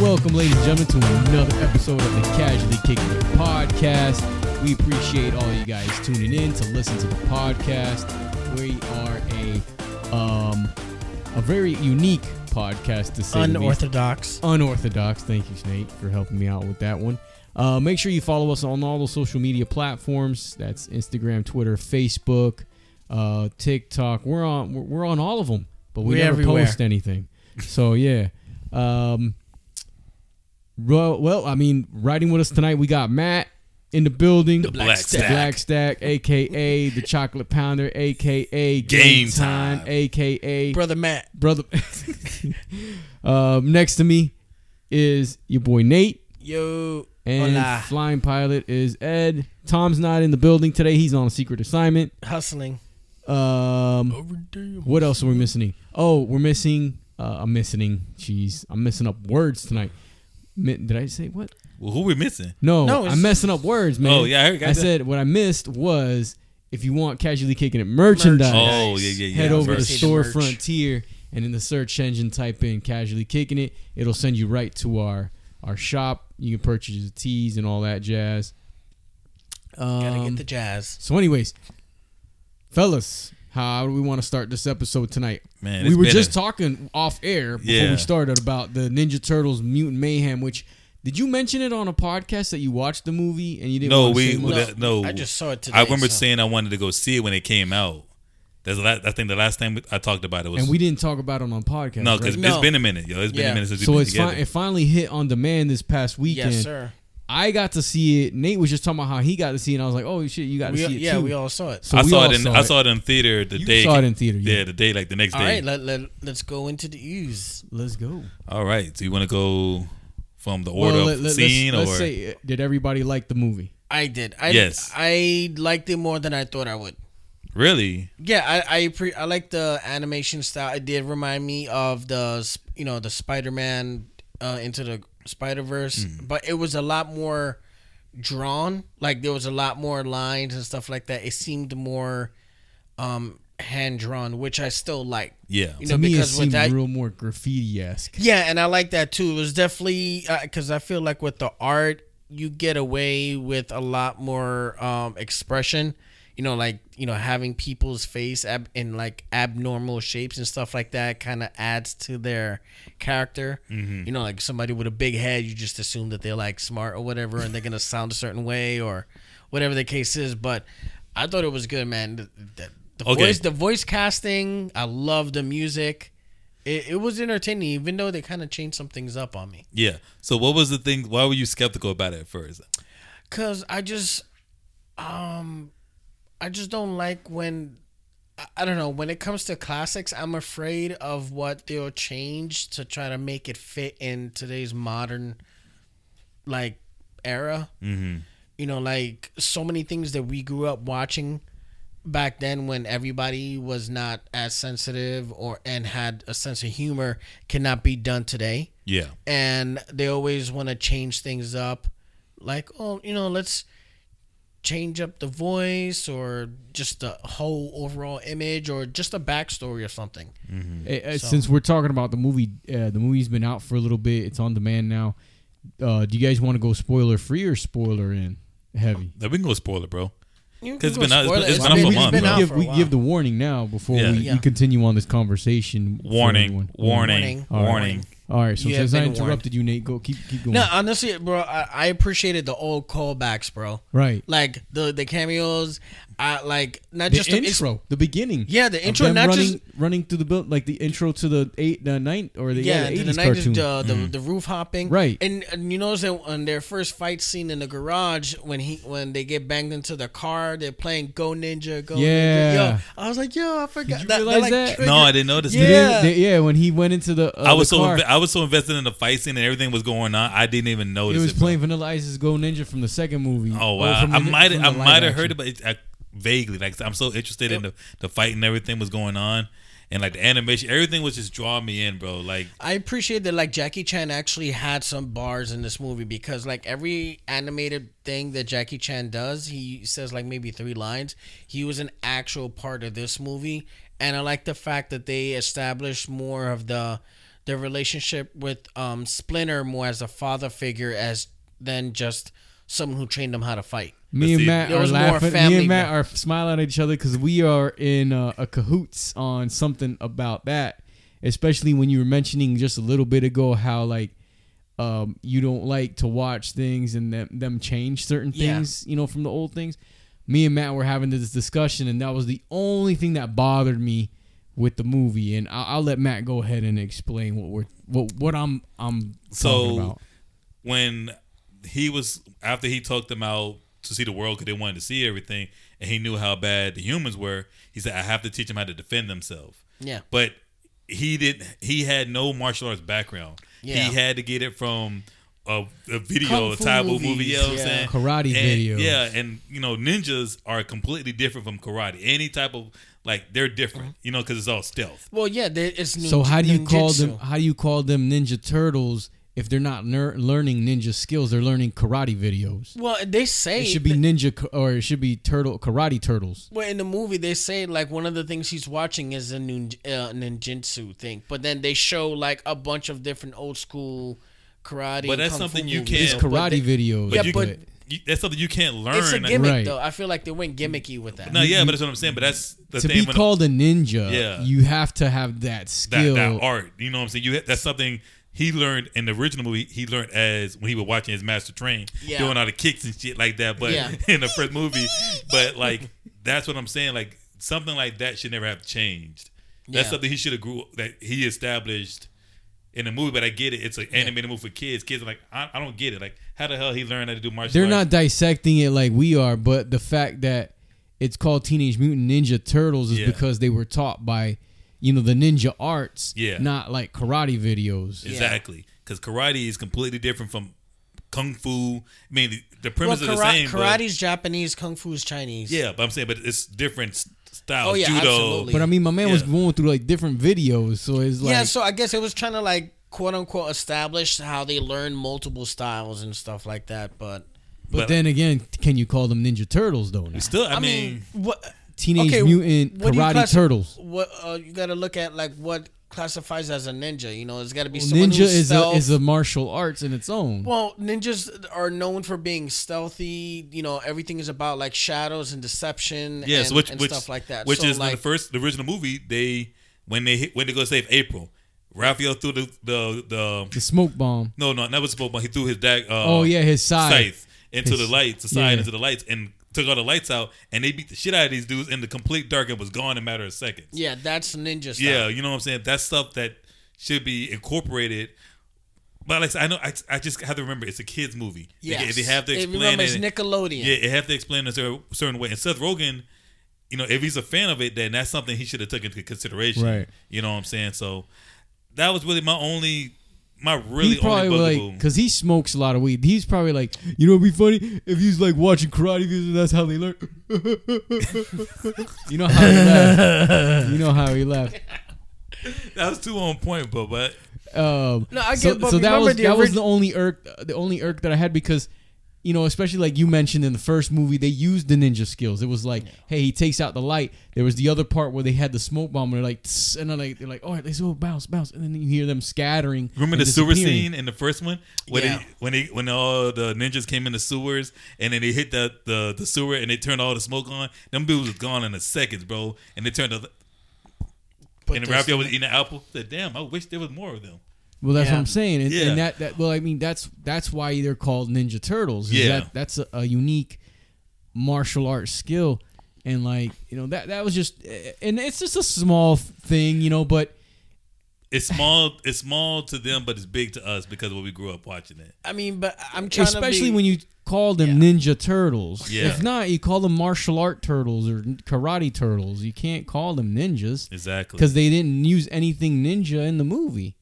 Welcome, ladies and gentlemen, to another episode of the Casually Kicking It podcast. We appreciate all you guys tuning in to listen to the podcast. We are a um, a very unique podcast to say the least. unorthodox. unorthodox. Thank you, Snake, for helping me out with that one. Uh, make sure you follow us on all the social media platforms. That's Instagram, Twitter, Facebook, uh, TikTok. We're on we're- we're on all of them, but we We're never everywhere. post anything. So yeah. Um, well, well, I mean, riding with us tonight, we got Matt in the building. The Black Stack. Black Stack, aka the Chocolate Pounder, aka Game, Game time, Time. aka Brother Matt. brother. um, next to me is your boy Nate, Yo. and Hola. flying pilot is Ed. Tom's not in the building today; he's on a secret assignment. Hustling. Um, what else are we missing? Oh, we're missing. Uh, I'm missing. Jeez, I'm messing up words tonight. Mi- Did I say what? Well, who we missing? No, No, it's- I'm messing up words, man. Oh, yeah, I heard- I said what I missed was if you want casually kicking it merchandise. Oh, yeah, yeah, yeah. head I over to was see the Store merch. Frontier and in the search engine type in casually kicking it. It'll send you right to our our shop. You can purchase the tees and all that jazz. Um, Gotta get the jazz. so, anyways, fellas, how do we want to start this episode tonight? Man, we it's were been just a- talking off air before Yeah. we started about the Ninja Turtles Mutant Mayhem, which. Did you mention it on a podcast that you watched the movie and you didn't? No, want to we say much? that- no. I just saw it today. I remember so- saying I wanted to go see it when it came out. That's the last, I think the last time I talked about it was and we didn't talk about it on podcast. no, right? because No. it's been a minute, yo. It's been Yeah. a minute since So we've been it's together. fi- it finally hit on demand this past weekend. Yes, sir. I got to see it. Nate was just talking about how he got to see it. And I was like, oh shit, you got to We, see it yeah, too. we all saw it. so I we saw all it in I saw it in theater the You day saw it in theater, yeah. Yeah, the day like the next All day. right, let, let, let's go into the ooze. Let's go. All right, so you want to go from the order of us scene let's or say, uh, did everybody like the movie? I did. I, Yes. I liked it more than I thought I would. really? Yeah, I I, pre- I like the animation style. It did remind me of the sp- you know the Spider Man uh, into the Spider Verse, but it was a lot more drawn. Like there was a lot more lines and stuff like that. It seemed more um, hand drawn, which I still like. Yeah, You To know, me, it because with seemed that, real more graffiti esque. yeah, and I like that too. It was definitely because I feel like with the art, you get away with a lot more um, expression. You know, like you know, having people's face ab- in like abnormal shapes and stuff like that kind of adds to their character. You know, like somebody with a big head, you just assume that they're like smart or whatever, and they're gonna sound a certain way or whatever the case is. But I thought it was good, man. The, the, the Okay. voice, the voice casting, I love the music. It, it was entertaining, even though they kind of changed some things up on me. yeah. So what was the thing? Why were you skeptical about it at first? Cause I just, um, I just don't like when, I, I don't know, when it comes to classics, I'm afraid of what they'll change to try to make it fit in today's modern, like, era. Mm-hmm. you know like so many things that we grew up watching back then when everybody was not as sensitive or and had a sense of humor cannot be done today Yeah, and they always want to change things up like oh you know let's change up the voice or just the whole overall image or just a backstory or something Hmm. Uh, uh, So- Since we're talking about the movie, uh, the movie's been out for a little bit. It's on demand now. Uh, do you guys want to go spoiler free or spoiler in heavy? Now, we can go spoiler, bro. You 'Cause it's can been go out- it's spoil been- it. it's we, been out for a month, we bro. give, for we while. give the warning now before Yeah. we, Yeah. we continue on this conversation. for Warning, everyone. warning, Warning. All right. warning. All right, so You have since I been warned. interrupted you, Nate, go keep keep going. no honestly bro I, I appreciated the old callbacks bro right, like the the cameos i like not the just the- it's- intro, the beginning. Yeah, the of intro, them not running, just- running through the build, like the intro to the eight, the ninth, or the yeah, yeah, the, eighties the, cartoon. 90s, the, the, Mm. the roof hopping. Right. And, and you notice that on their first fight scene in the garage, when he when they get banged into the car, they're playing Go Ninja, Go Yeah. Ninja. Yo, I was like, yo, I forgot. Did you that, they're, realize like, that? triggered. No, I didn't notice. They that. didn't- yeah. they- yeah. When he went into the, uh, I was the so car, inve- I was so invested in the fight scene and everything was going on. I didn't even it notice it. was bro. playing Vanilla Ice's Go Ninja from the second movie. Oh Or wow! from I the- might from I the live might have action. heard about it I, vaguely. Like I'm so interested in the, the fight and everything was going on, and like the animation, everything was just drawing me in, bro. Like I appreciate that like Jackie Chan actually had some bars in this movie because like every animated thing that Jackie Chan does, he says like maybe three lines. He was an actual part of this movie and I like the fact that they established more of the their relationship with um, Splinter more as a father figure as than just someone who trained them how to fight. Me and see. Matt There are was more laughing. Me family and Matt than- are smiling at each other because we are in uh, a cahoots on something about that. Especially when you were mentioning just a little bit ago how like um, you don't like to watch things and them, them change certain Yeah. things, you know, from the old things. Me and Matt were having this discussion, and that was the only thing that bothered me with the movie. And I'll, I'll let Matt go ahead and explain what we're what what I'm I'm talking So about. when he was after he talked them out to see the world because they wanted to see everything, and he knew how bad the humans were. He said, "I have to teach them how to defend themselves." Yeah. but he didn't. He had no martial arts background. Yeah. He had to get it from a, a Kung video, a fu Thai movies, movie. You know what I'm yeah. saying? Karate and, videos. Yeah, and you know, ninjas are completely different from karate. Any type of like they're Uh-huh. different. You know, because it's all stealth. Well, yeah, there, it's ninj- So how do you call ninjutsu. them? How do you call them Ninja Turtles if they're not ner- learning ninja skills? They're learning karate videos. Well, they say It should be that- ninja ca- or it should be turtle karate turtles. Well, in the movie, they say like one of the things he's watching is a ninj- uh, ninjutsu thing, but then they show like a bunch of different old school karate. But and that's kung fu something you movies, can't- though, but Karate they- videos. Yeah, you, but- you, that's something you can't learn. It's a gimmick, Right. though. I feel like they went gimmicky with that. No, yeah, but that's what I'm saying. But that's the to thing. be when- called a ninja, Yeah. you have to have that that, skill. that art. You know what I'm saying? You that's something he learned in the original movie. He learned as when he was watching his master train, Yeah. doing all the kicks and shit like that. But Yeah. in the first movie, but like that's what I'm saying. Like something like that should never have changed. That's Yeah. something he should have grew that he established in the movie. But I get it. It's an animated movie for kids. Kids are like, I, I don't get it. Like how the hell he learned how to do martial They're arts? not dissecting it like we are, but the fact that it's called Teenage Mutant Ninja Turtles is Yeah. because they were taught by, you know, the ninja arts, Yeah. not like karate videos. exactly because karate is completely different from kung fu. I mean, the, the Well, premise kara- is the same. but- karate's Japanese, kung fu's Chinese. Yeah, but I'm saying, but it's different s- styles. Oh, yeah, Judo. absolutely. But I mean, my man was Yeah. going through like different videos, so it's like yeah. So I guess it was trying to like quote unquote establish how they learn multiple styles and stuff like that. But But, But- then again, can you call them Ninja Turtles though? Now? Still, I, I mean, mean, what Teenage okay, Mutant what do you Karate classi- Turtles. What uh, you got to look at like what classifies as a ninja. You know, it's got to be someone Ninja who's is a, stealth. is a martial arts in its own. Well, ninjas are known for being stealthy. You know, everything is about like shadows and deception. yes, and, which and which stuff like that. which so, is like, the first the original movie. They when they hit, when they go save April, Raphael threw the the, the the smoke bomb. no no not was supposed but he threw his dag. Uh, Oh yeah, his scythe. scythe into His- the lights, the side yeah. into the lights, and took all the lights out, and they beat the shit out of these dudes in the complete dark and was gone in a matter of seconds. Yeah, that's ninja. Style. Yeah, you know what I'm saying. That's stuff that should be incorporated. But like I said, I know, I, I just have to remember it's a kids movie. They- Yes. they, have to It- explain remember, it. it's Nickelodeon. Yeah, it have to explain in a cer- certain way. And Seth Rogen, you know, if he's a fan of it, then that's something he should have took into consideration. Right. You know what I'm saying? So that was really my only, my really He probably only like bugaboo. because he smokes a lot of weed. He's probably like, you know, what'd be funny if he's like watching karate videos and that's how they learn. you know how he left. You know how he left. that was too on point, but but Um, No, I so, get- but so that remember was the that was orig- the only irk the only irk that I had because you know especially like you mentioned in the first movie they used the ninja skills it was like hey he takes out the light there was the other part where they had the smoke bomb and they're like "Tss," and they're like they're like all right let's go bounce bounce and then you hear them scattering remember and the sewer disappearing. scene in the first one when Yeah. he, when he, when all the ninjas came in the sewers and then they hit the, the the sewer and they turned all the smoke on. Them dudes was gone in a seconds, bro. And they turned the But and there's- Raphael was eating the apple. Said, "Damn, I wish there was more of them." Well, that's what Yeah. I'm saying, and, Yeah. and that, that well, I mean that's that's why they're called Ninja Turtles. is Yeah. that, that's a, a unique martial arts skill, and like you know that that was just, and it's just a small thing, you know, but It's small. it's small to them, but it's big to us because when we grew up watching it. I mean, but I'm trying especially to be, when you call them Ninja Turtles. Yeah. If not, you call them martial art turtles or karate turtles. You can't call them ninjas Exactly. because they didn't use anything ninja in the movie.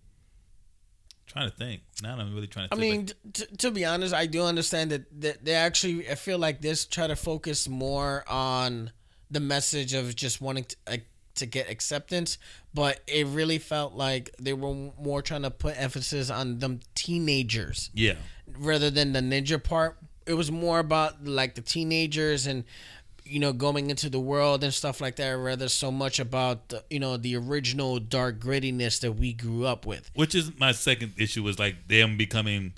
trying to think. Now I'm really trying to. I think. mean, t- t- to be honest, I do understand that that they actually. I feel like this try to focus more on the message of just wanting to, like, to get acceptance, but it really felt like they were more trying to put emphasis on them teenagers. yeah. rather than the ninja part. It was more about like the teenagers and you know going into the world and stuff like that rather so much about the, you know the original dark grittiness that we grew up with Which is my second issue was like them becoming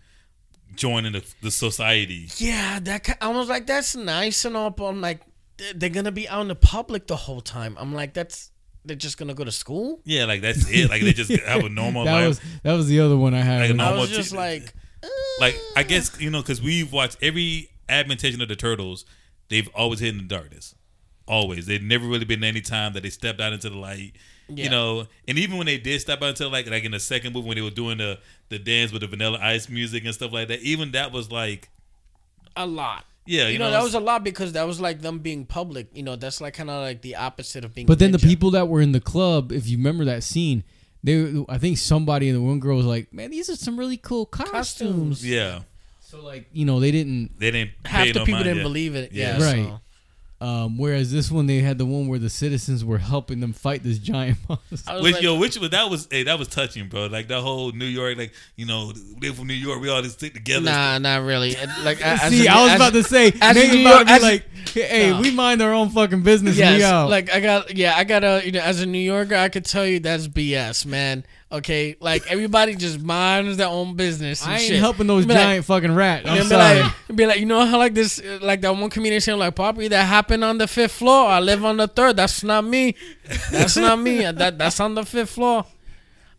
joining the, the society. yeah that ki- i was like that's nice and all but i'm like they- they're gonna be out in the public the whole time i'm like that's they're just gonna go to school Yeah, like that's it. Like they just have a normal That life. was that was the other one I had. Like, with- no, i Normal was just teen- like uh, like I guess you know because we've watched every adaptation of the turtles. They've always hidden in the darkness. Always, they've never really been any time that they stepped out into the light. Yeah. You know, and even when they did step out into the light, like in the second movie when they were doing the the dance with the Vanilla Ice music and stuff like that, even that was like, a lot yeah, you, you, know, that was a lot because that was like them being public you know that's like kind of like the opposite of being But then the ninja. people that were in the club, if you remember that scene, they I think somebody and the one girl was like, "Man, these are some really cool costumes." Costumes. yeah. So like, you know, they didn't. They didn't half pay the no people mind, didn't yeah. believe it Yeah. yeah, so. Right. Um, whereas this one, they had the one where the citizens were helping them fight this giant monster. I was Which like, yo, which was that was hey, that was touching, bro. Like that whole New York, like you know, they from New York, we all just stick together. Nah, not really. Uh, Like, I, See, I was about to say, as a niggas New about to York- be as a- like, "Hey, Nah. we mind our own fucking business. yes, we out." like I got, yeah, I got to you know, as a New Yorker, I could tell you that's BS, man. Okay, like everybody just minds their own business. And I ain't shit. helping those Be like- giant fucking rats. I'm and be sorry. like, be like, you know how like this, uh, like that one comedian saying like, "Poppy, that happened on the fifth floor. I live on the third. That's not me. That's not me. That that's on the fifth floor."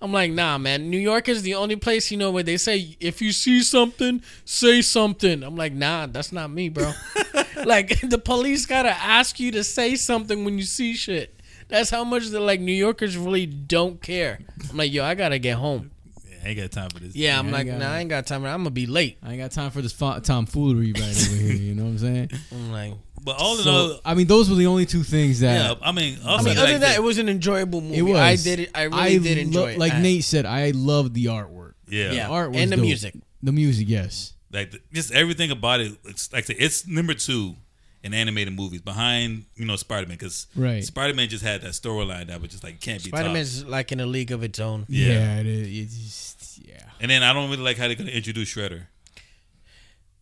I'm like, nah, man. New York is the only place you know where they say if you see something, say something. I'm like, nah, that's not me, bro. like the police gotta ask you to say something when you see shit. That's how much the like New Yorkers really don't care. I'm like, yo, I gotta get home. Yeah, I ain't got time for this. Yeah, I'm Yeah, I like, got nah, it. I ain't got time. I'm gonna be late. I ain't got time for this fo- tomfoolery right over here. You know what I'm saying? I'm like, but all in all, So, I mean, those were the only two things yeah. that I mean, I also mean, like other than that, the- it was an enjoyable movie. it was. I did it. I really did lo- enjoy it. Like I- Nate said, I loved the artwork. yeah, yeah, art was and the dope. music. The music, yes. like the- just everything about it. It's like I said, it's number two in animated movies behind you know Spider Man because Right. Spider Man just had that storyline that was just like can't be Spider Spider-Man's- Man's like in a league of its own. Yeah. it is. It's just, yeah. And then I don't really like how they're gonna introduce Shredder.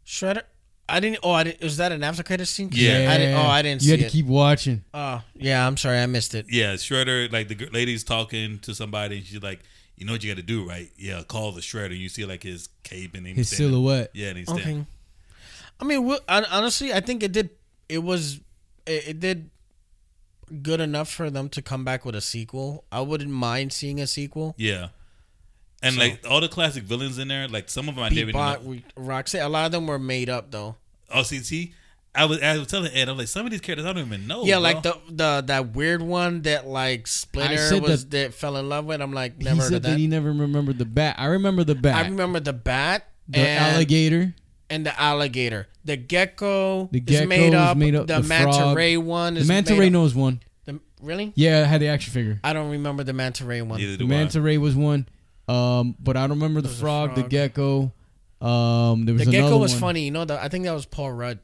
Shredder. I didn't. Oh, I didn't. Was that an after credit scene? Yeah. I didn't, oh, I didn't You see had to it. keep watching. oh, yeah. I'm sorry, I missed it. Yeah, Shredder. Like the gr- lady's talking to somebody, and she's like, "You know what you got to do, right? Yeah, call the Shredder." You see like his cape and His he's standing- silhouette. Yeah, and he's Okay. standing. I mean, wh- hon- honestly, I think it did. It was. It, it did good enough for them to come back with a sequel. I wouldn't mind seeing a sequel. Yeah. And So- like all the classic villains in there, like some of them I didn't even know. Bebop, we- Roxanne. A lot of them were made up though. Oh, see, see, I was I was telling Ed, I'm like, some of these characters I don't even Oh, know. Yeah, bro. like the the that weird one that like Splinter said was that, fell in love with. I'm like never he heard said of that. that. he never remembered the bat. I remember the bat. I remember the bat the and, alligator. and the alligator. The gecko, The is made gecko is up. made up, The, the manta frog. ray one The is manta made ray up. knows one. The, really? Yeah, I had the action figure. I don't remember the manta ray one. Neither The do manta ray was one. Um, but I don't remember the was a frog, the frog. gecko. Um, there was The gecko another was one. funny, you know. The, I think that was Paul Rudd.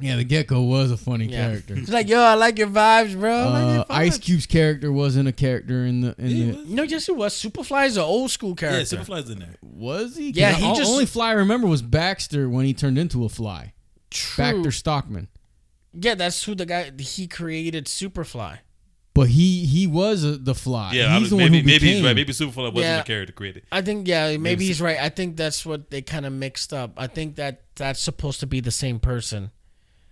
Yeah, the gecko was a funny Yeah. character. He's like, yo, I like your vibes, bro. I like Uh, your Ice vibes." Cube's character wasn't a character in the in I. Yeah, the what? No, yes, it was. Superfly is an old school yeah, character. Superfly's in there. was he? 'Cause Yeah, the he o- just- only fly I remember was Baxter when he turned into a fly. True. Baxter Stockman, Yeah, that's who the guy he created Superfly. but he he was a, the fly. Yeah, I he's was, the one maybe who maybe he's became- right. Maybe Superfly wasn't Yeah. a character created. I think yeah, maybe, Maybe he's right. I think that's what they kind of mixed up. I think that that's supposed to be the same person.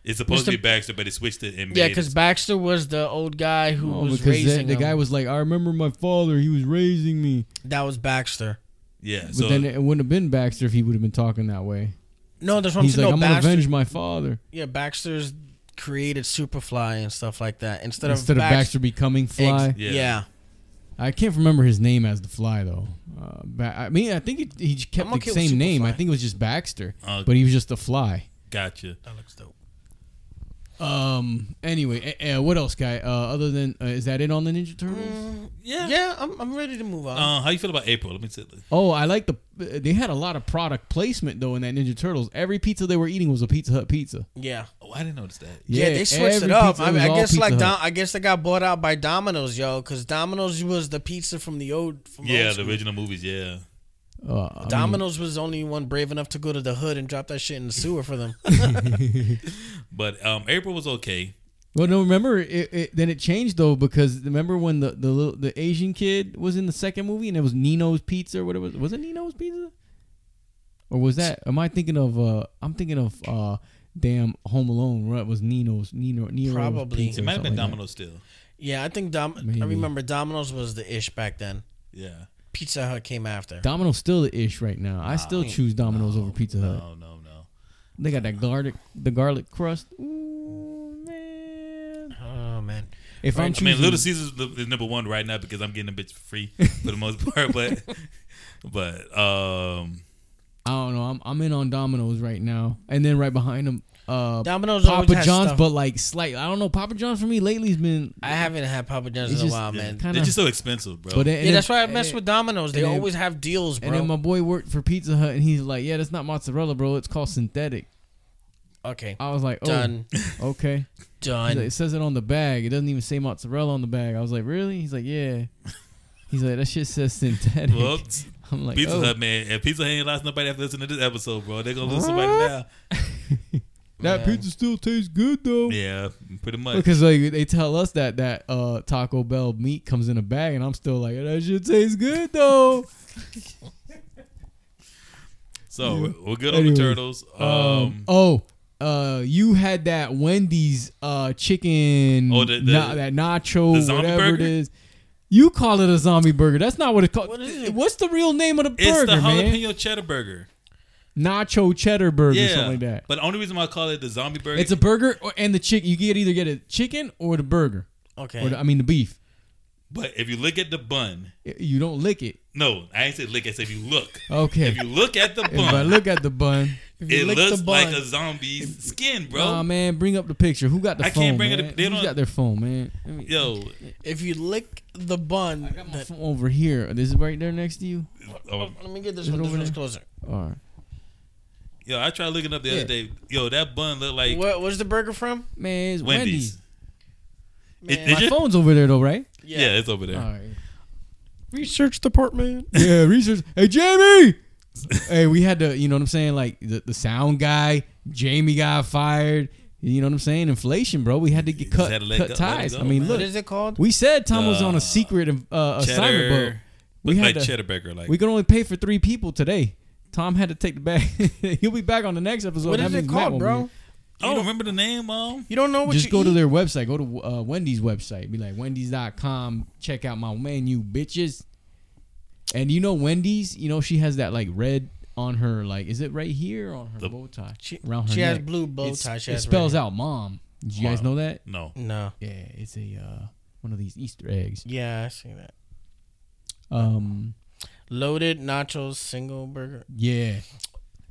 It's supposed Mr. to be Baxter, but it switched it and made Yeah, because it- Baxter was the old guy who Oh, was because raising that, the him. guy was like, I remember my father. He was raising me. that was Baxter. yeah. But So then it wouldn't have been Baxter if he would have been talking that way. No, that's what I'm He's saying. like, no, I'm gonna Baxter. avenge my father yeah, Baxter's created Superfly and stuff like that instead, instead of of Baxter, Baxter. becoming fly. Ex- Yeah. yeah. I can't remember his name as the fly though. Uh, ba- I mean, I think he, he kept I'm the okay with same name. I Superfly. think it was just Baxter, Oh. but he was just a fly. gotcha. that looks dope. Um. Anyway, uh, what else, guy? Uh, other than uh, is that it on the Ninja Turtles? Mm. Yeah. Yeah, I'm, I'm ready to move on. Uh, how you feel about April? Let me say. Oh, I like the. They had a lot of product placement though in that Ninja Turtles. Every pizza they were eating was a Pizza Hut pizza. yeah. Oh, I didn't notice that. Yeah, they switched it every up. pizza I, mean, was I all guess Pizza like Hut. Dom, I guess they got bought out by Domino's, yo, because Domino's was the pizza from the old. From Yeah, old the school. original movies. Yeah. Uh, I mean, Domino's was the only one brave enough to go to the hood and drop that shit in the sewer for them. But um, April was okay. Well, no, remember it, it, then it changed though because remember when the the little, the Asian kid was in the second movie and it was Nino's Pizza or whatever was it Nino's Pizza, or was that? Am I thinking of? uh I'm thinking of. uh Damn, Home Alone. Right, was Nino's Nino Nino's Probably. Pizza It or might have something like been that. Domino still. Yeah, I think Dom. Maybe. I remember Domino's was the ish back then. Yeah. Pizza Hut came after. Domino's still the ish right now. I still choose Domino's over Pizza Hut. No, no, no. They got that garlic, the garlic crust. Ooh man! oh man, If I'm I choosing, mean, Little Caesars the- is number one right now because I'm getting a bitch for free for the most part. But, but um, I don't know. I'm I'm in on Domino's right now, and then right behind them, uh, Domino's always Papa has John's, stuff. but like slight. I don't know. Papa John's for me lately has been. I haven't had Papa John's It's in a just- while, yeah. man. Kinda- they're just so expensive, bro. But then- and yeah, then- that's why I mess with Domino's. They and then- always have deals, bro. And then my boy worked for Pizza Hut, and he's like, "Yeah, that's not mozzarella, bro. It's called synthetic." okay, I was like, "Oh, done, okay." He's done. like, it says it on the bag. It doesn't even say mozzarella on the bag. I was like, "Really?" He's like, "Yeah." He's like, "That shit says synthetic." well, I'm like, Pizza "Oh." Hut, man. If Pizza Hut ain't lost nobody after listening to this episode, bro, they're gonna lose somebody now. That Yeah. pizza still tastes good though. Yeah, pretty much. Because like they tell us that that uh, Taco Bell meat comes in a bag, and I'm still like, that shit tastes good though. So we're- we're good on Anyway, the turtles. Um, Um, oh, uh, you had that Wendy's uh chicken, Oh, the- the- na- that nacho, the zombie whatever burger? it is. You call it a zombie burger. That's not what it's called. What is it? What's the real name of the it's burger, the jalapeno man? cheddar burger. Nacho cheddar burger, Yeah, something like that. But the only reason why I call it the zombie burger, It's a burger or, and the chicken. You get either get a chicken or the burger, Okay, or the, I mean the beef. but if you look at the bun, You don't lick it. no, I ain't say lick. I said if you look, Okay. if you look at the If I bun, look at the bun, If you it lick the looks like bun- a zombie's skin, bro. Nah, man, bring up the picture. Who got the I phone? can't bring it man? up. They Who's don't- got their phone, man? Let me- Yo, if you lick the bun, I got my that- phone over here. This is right there next to you. oh, let me get Is this it one. This over one's there? closer. All right, yo, I tried looking up the Yeah. other day. Yo, that bun looked like Where, where's the burger from? man, it's Wendy's. Wendy's. It- Man. it My just- phone's over there though, right? yeah. it's over there. All right. Research department. Yeah, research. Hey, Jamie. hey, we had to. You know what I'm saying? Like the, the sound guy, Jamie got fired. You know what I'm saying? Inflation, bro. We had to get just cut, had to let cut go- let it ties. go, I mean, man. What look, is it called? we said Tom was on a secret uh, assignment, but Cheddar, we had looked like to, cheddar burger, like We could only pay for three people today. Tom had to take the bag. He'll be back on the next episode. What That is it means Matt called, won't be bro? I don't remember the name. Um, You don't know here. what Just you go to eat? their website. Go to uh, Wendy's website. Be like Wendy's.com. Check out my menu, bitches. And you know Wendy's. You know she has that like red on her. Like is it right here on her The- bow tie? She, around her she has neck. blue bow It's- tie. She it has spells red out mom. Did you guys Mom. know that? no, hair. No. Yeah, it's a uh, one of these Easter eggs. Yeah, I see that. Um, Loaded nachos single burger. yeah,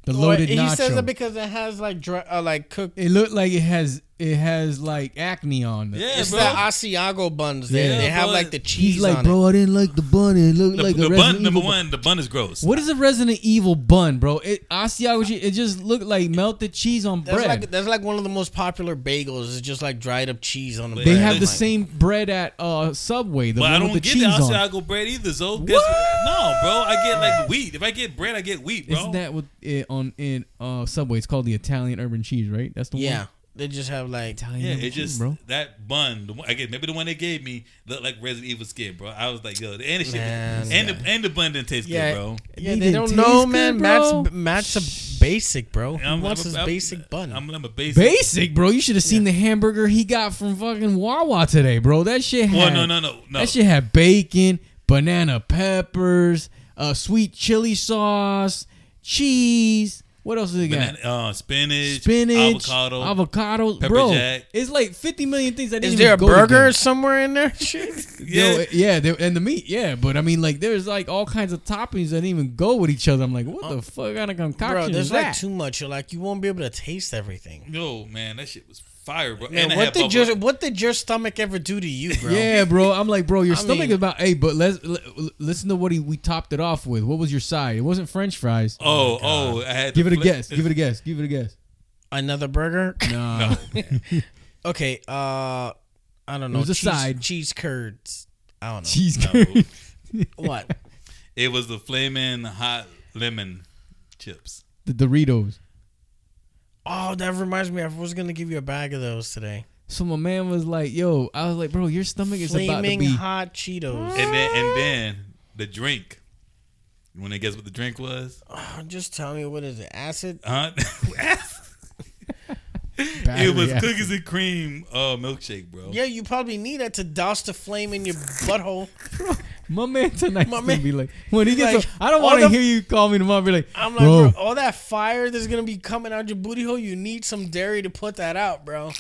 the Well, loaded He nacho. says that because it has like dry, uh, like cooked. it looked like it has it has like acne on. The, yeah, it's bro. the Asiago buns. They, Yeah, they have bro. like the cheese He's like, on bro, I didn't like the bun. It looked the, like the a bun Resident number Evil. bun." one, the bun is gross. What is a Resident Evil bun, bro? It Asiago, it just looked like melted cheese on it. That's bread. like that's like one of the most popular bagels. It's just like dried up cheese on the They they bread. have the Like- same bread at uh Subway. The But one I don't with the get the cheese on. Asiago bread either, Zo. Guess what? No, bro. I get like wheat. If I get bread, I get wheat, bro. Isn't that what it on in uh Subway? It's called the Italian urban cheese, right? That's the one. Yeah, they just have like Italian yeah, urban it cheese, just bro. that bun. The one, I get maybe the one they gave me looked like Resident Evil skin, bro. I was like, yo, and the shit, Man, and yeah. the and the bun didn't taste Yeah. good, bro. yeah. They They didn't don't know, taste man. good, bro. Matt's Matt's a basic, bro. He And wants his I'm- basic bun. I'm, I'm a basic. Basic, bro. You should have seen the hamburger he got from fucking Wawa today, bro. That shit had Well, no, no, no, no. That shit had bacon, banana peppers, uh, sweet chili sauce, cheese. What else did it Banana- got? uh, spinach, Spinach, avocado. avocados, pepper bro. jack. It's like fifty million things. I didn't Is there a even go to burger them. somewhere in there? Shit. Yo, yeah, it- yeah, there- and the meat, yeah. But I mean, like, there's like all kinds of toppings that didn't even go with each other. I'm like, what the fuck kind of concoction Uh, Bro, is there's that? like too much. You're like, you won't be able to taste everything. yo, man, that shit was fire, bro. Man, and I what had did buffalo- your what did your stomach ever do to you, bro? Yeah, bro. I'm like, bro, your I stomach mean- is about. Hey, but let's l- l- listen to what he, we topped it off with. What was your side? It wasn't French fries. Oh, oh, I had Give to it a flip- guess. Give it a guess. Give it a guess. Another burger? Nah. No, Okay, uh I don't know. was a cheese, side. cheese curds. I don't know. Cheese curd. no. What? It was the flaming hot lemon chips. The Doritos. Oh, that reminds me. I was gonna give you a bag of those today. So my man was like, "Yo," I was like, "Bro, your stomach is about to Flaming be." hot Cheetos. And then and then the drink. You want to guess what the drink was? Oh, Just tell me what is it? Acid? Huh? battery it was acid. cookies and cream uh, milkshake, bro. Yeah, you probably need that to douse the flame in your butthole. My man tonight's My gonna man- be like, when he gets, like, up, I don't all want to the- hear you call me tomorrow. and Be like, I'm like, bro, bro, all that fire that's gonna be coming out your booty hole, you need some dairy to put that out, bro.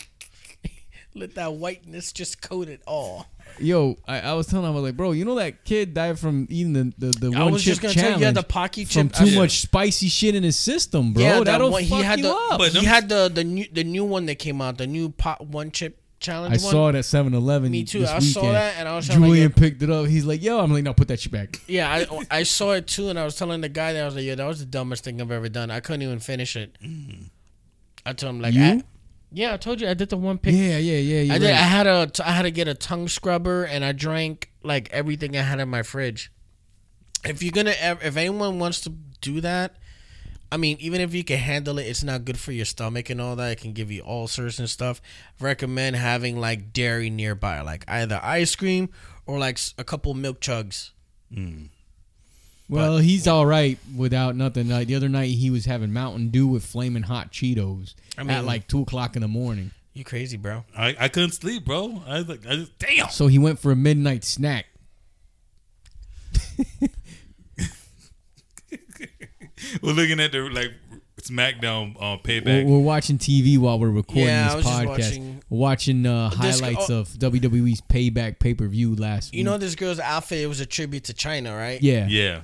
Let that whiteness just coat it all. yo, I, I was telling him, I was like, bro, you know that kid died from eating the the, the I one was chip just gonna challenge tell you, you had the pocky from chip. too I- much spicy shit in his system, bro. that That'll one- fuck he had you the, up. But them- he had the the new the new one that came out, the new pot one chip challenge. I one. saw it at 7-Eleven. Me too. This I weekend. saw that and I was trying to Julian get- picked it up. He's like, yo, I'm like, no, put that shit back. Yeah, I I saw it too, and I was telling the guy that I was like, "Yeah, that was the dumbest thing I've ever done. I couldn't even finish it." Mm. I told him like, You? I- "Yeah, I told you I did the one pick. Yeah, yeah, yeah. You're I did. right. I had a t- I had to get a tongue scrubber, and I drank like everything I had in my fridge. If you're gonna, ev- if anyone wants to do that, I mean, even if you can handle it, it's not good for your stomach and all that. It can give you ulcers and stuff. Recommend having like dairy nearby, like either ice cream or like s- a couple milk chugs. Well, he's all right without nothing. Like the other night, he was having Mountain Dew with flaming hot Cheetos mean- at like two o'clock in the morning. You crazy, bro? I, I couldn't sleep, bro. I was like, I just damn. So he went for a midnight snack. We're looking at the like SmackDown uh, payback. We're, we're watching TV while we're recording Yeah, I this was just podcast. Watching, watching- uh, This- highlights oh. of WWE's Payback pay per view last week. You know this girl's outfit. It was a tribute to China, right? Mm. yeah, yeah,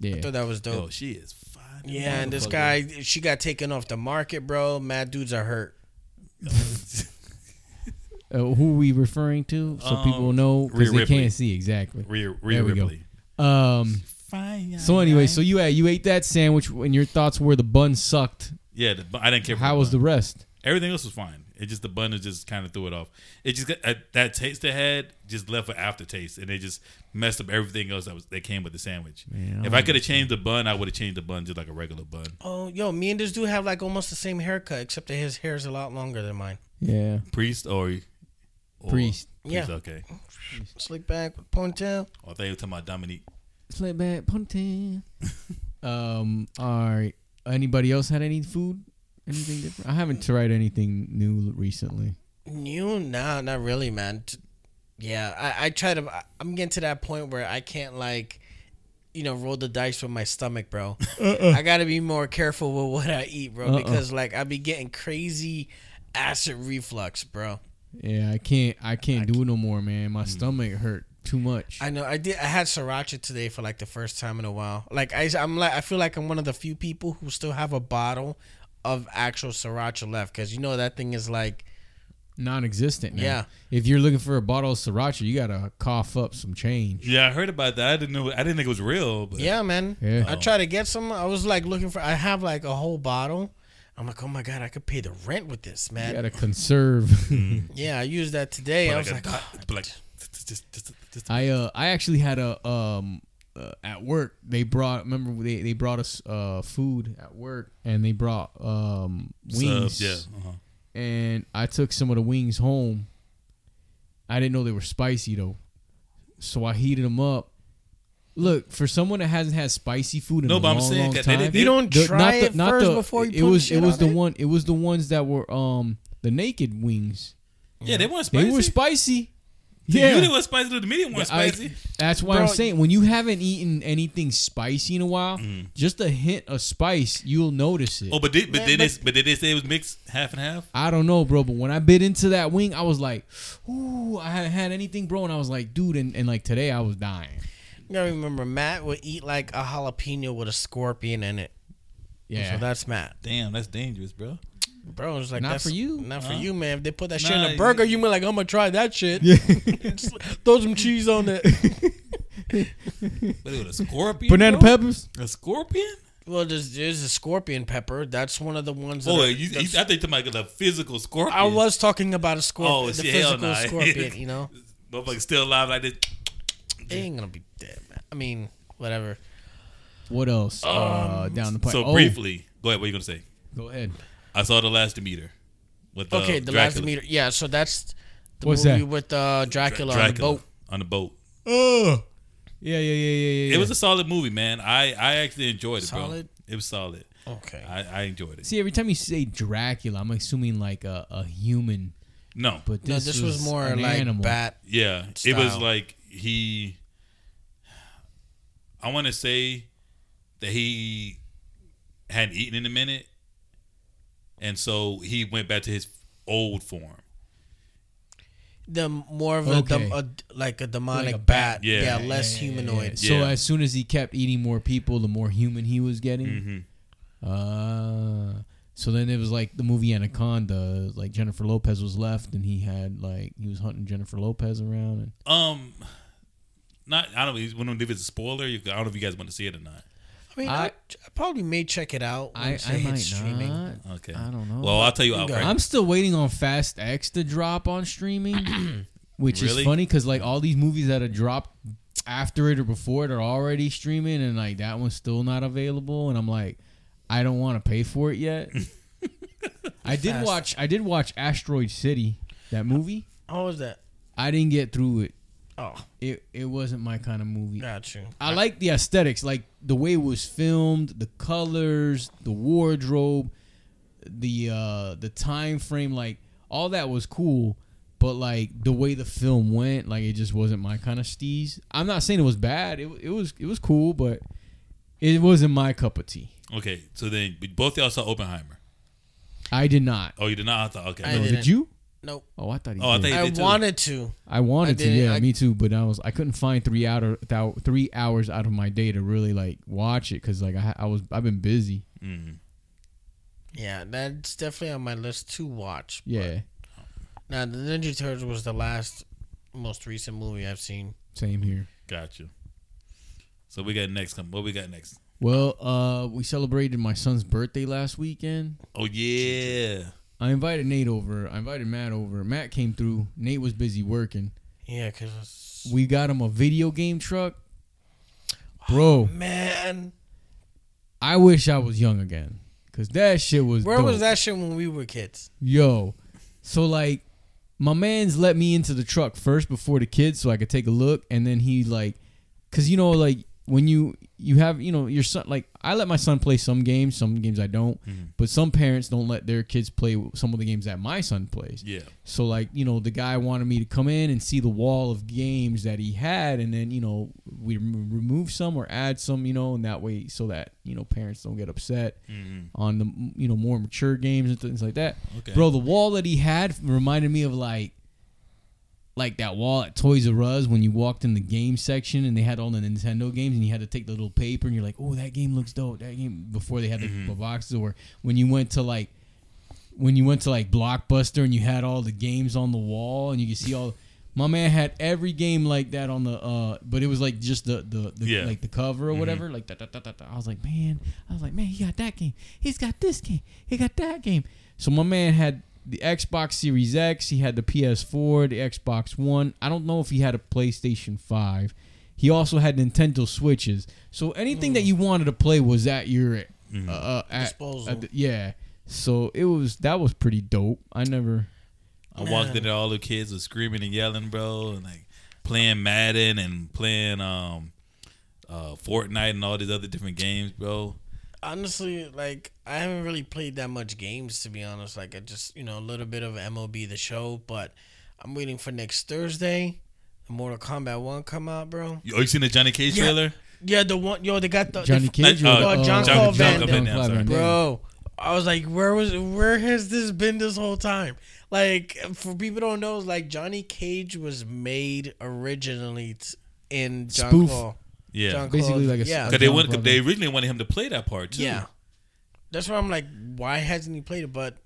Yeah. I thought that was dope. Yo, she is fine. yeah, and this guy, she got taken off the market, bro. Mad dudes are hurt. Uh, who are we referring to? So people Um, know Rhea because they Ripley. can't see exactly. Rhea, There Rhea we go. Ripley. Um. Fine. So anyway, so you had you ate that sandwich, and your thoughts were the bun sucked. yeah, the, bu- I didn't care. for How was bun. the rest? Everything else was fine. It just the bun is just kind of threw it off. It just got, uh, that taste it had just left an aftertaste, and it just messed up everything else that was that came with the sandwich. Man, I if I could have changed the bun, I would have changed the bun to like a regular bun. Oh, yo, me and this dude have like almost the same haircut, except that his hair's a lot longer than mine. Yeah, Priest or, or Priest. Yeah. Okay. Slick back with ponytail. Oh, I thought you were talking about Dominique. Slip back ponytail. um. All right. Anybody else had any food? Anything different? I haven't tried anything new recently. New? Nah, not really, man. T- Yeah, I, I try to. I- I'm getting to that point where I can't like, you know, roll the dice with my stomach, bro. I gotta be more careful with what I eat, bro, Uh-uh. because like I be getting crazy acid reflux, bro. Yeah, I can't. I can't do it no more, man. My stomach hurt too much. Mm. I know. I did. I had sriracha today for like the first time in a while. Like I, I'm like I feel like I'm one of the few people who still have a bottle of actual sriracha left because you know that thing is like Non-existent. Now. Yeah. If you're looking for a bottle of sriracha, you gotta cough up some change. Yeah, I heard about that. I didn't know. I didn't think it was real. But yeah, man. Yeah. I tried to get some. I was like looking for. I have like a whole bottle. I'm like, oh my god, I could pay the rent with this, You man. gotta conserve. Yeah, I used that today. but I like, was a like, dot- "Oh, but like just, just, just, just- I uh I actually had a um uh, at work they brought remember they, they brought us uh food at work and they brought um wings subs, yeah. Uh-huh. and I took some of the wings home. I didn't know they were spicy though, so I heated them up. Look, for someone that hasn't had spicy food in No, a but I'm long, saying long that they time, didn't- you don't the- try not the- it not first the- before you it put was shit it was on the it? one it was the ones that were um the naked wings. Yeah, they weren't They spicy. were spicy. You Yeah, did what spicy. The medium was I- spicy. that's why I'm Bro, saying when you haven't eaten anything spicy in a while, just a hint of spice, you'll notice it. Mm. Oh, but did but Man, did but- they but did they say it was mixed half and half? I don't know, bro, but when I bit into that wing, I was like, ooh, I hadn't had anything, bro. And I was like, dude, and, and like today I was dying. you gotta remember, Matt would eat like a jalapeno with a scorpion in it. Yeah. So that's Matt. Damn, that's dangerous, bro. Bro, it's like Not that's for you. Not for Huh? you, man. If they put that shit in Nah, a you- burger, you mean like I'm gonna try that shit. Just throw some cheese on it. But it was a scorpion. Banana bro? peppers? A scorpion? well, there's, there's a scorpion pepper. That's one of the ones. That Oh, are- you, you, I that's- think you're talking about the physical scorpion. I was talking about a scorpion, Oh, the shit, hell physical nah. scorpion. You know, Motherfucker still alive like this. they ain't gonna be dead, man. I mean, whatever. What else? uh, down the pipe. Um, So Oh, briefly, go ahead. What you gonna say? Go ahead. I saw the last Demeter. With, uh, Okay, the last Dracula. meter. Yeah, so that's the What's movie that? with uh, Dracula, on the boat. On the boat. Oh. Yeah, yeah, yeah, yeah, yeah. It was a solid movie, man. I, I actually enjoyed it, Solid? bro. It was solid. Okay. I, I enjoyed it. See, every time you say Dracula, I'm assuming like a, a human, No. but this, no, this was, more an like animal. bat. Yeah, it was style. like he. I want to say that he hadn't eaten in a minute, and so he went back to his old form. The more of a, Okay. dem- a- like a demonic bat. bat. Yeah. Yeah, Yeah, less Yeah, yeah, yeah. humanoid. So Yeah. as soon as he kept eating more people, the more human he was getting. Uh, so then it was like the movie Anaconda. Like Jennifer Lopez was left, and he had like he was hunting Jennifer Lopez around. And Um, not I don't know. When if it's a spoiler, you, I don't know if you guys want to see it or not. I mean, I, I- I probably may check it out. I, once I it hits might streaming. not. Okay. I don't know. Well, I'll tell you You out go. right. I'm still waiting on Fast X to drop on streaming, which Really? is funny because like all these movies that have dropped after it or before it are already streaming, and like that one's still not available. And I'm like, I don't want to pay for it yet. I did Fast. watch. I did watch Asteroid City, that movie. How was that? I didn't get through it. Oh, It it wasn't my kind of movie. got you. I like the aesthetics, like the way it was filmed, the colors, the wardrobe, the uh the time frame, like all that was cool, but like the way the film went, like it just wasn't my kind of steez. I'm not saying it was bad. It, it was it was cool, but it wasn't my cup of tea. Okay, so then but both y'all saw Oppenheimer. I did not. Oh, you did not. I thought okay. I No, no. didn't. did you? Nope. Oh, I thought he Oh, I did. thought you I, I did too. wanted to. wanted I to, didn't- yeah, I- me too. But I was I couldn't find three out of thou- three hours out of my day to really like watch it because like I, ha- I was I've been busy. Mm. Yeah, that's definitely on my list to watch. but- Yeah, Now, the Ninja Turtles was the last, most recent movie I've seen. same here. Gotcha. So we got next. Come. What we got next? Well, uh, we celebrated my son's birthday last weekend. Oh yeah. I invited Nate over. I invited Matt over. Matt came through. Nate was busy working. Yeah, cause We got him a video game truck. Bro, man, I wish I was young again. Cause that shit was where was dope. that shit when we were kids? Yo. So like my man's let me into the truck first before the kids so I could take a look and then he like cuz you know like when you you have you know your son like I let my son play some games, some games I don't, but some parents don't let their kids play some of the games that my son plays. Yeah. So like, you know, the guy wanted me to come in and see the wall of games that he had and then, you know, we rem- remove some or add some, you know, and that way so that, you know, parents don't get upset Mhm. on the, you know, more mature games and things like that. Okay. Bro, the wall that he had reminded me of like like that wall at Toys R Us when you walked in the game section and they had all the Nintendo games and you had to take the little paper and you're like, "Oh, that game looks dope." That game before they had the Mm-hmm. boxes or when you went to like when you went to like Blockbuster and you had all the games on the wall and you could see all my man had every game like that on the uh but it was like just the the, the Yeah. like the cover Mm-hmm. or whatever like da, da, da, da, da. I was like man I was like man he got that game he's got this game he got that game so my man had the Xbox Series X he had the PS4 the Xbox 1 I don't know if he had a PlayStation 5 he also had Nintendo Switches so anything Mm. that you wanted to play was at your Mm-hmm. uh, uh, at, Disposal. at the- yeah so it was that was pretty dope I never I walked in there, all the kids were screaming and yelling, bro, and like playing Madden and playing um uh Fortnite and all these other different games, bro. Honestly, like I haven't really played that much games to be honest. Like I just you know a little bit of MOB the show, but I'm waiting for next Thursday. The Mortal Kombat one come out, bro. You, oh, you seen the Johnny Cage Yeah. trailer? Yeah, the one yo they got the Johnny the- Cage, uh, uh, John Claude Van Damme, I'm sorry. bro. I was like, where was where has this been this whole time? Like, for people who don't know, it's like Johnny Cage was made originally t- in John Spoof. Claw. Yeah, John- basically like a Yeah. a because they John want Claude they Van- originally wanted him to play that part too. Yeah, that's why I'm like, why hasn't he played it? But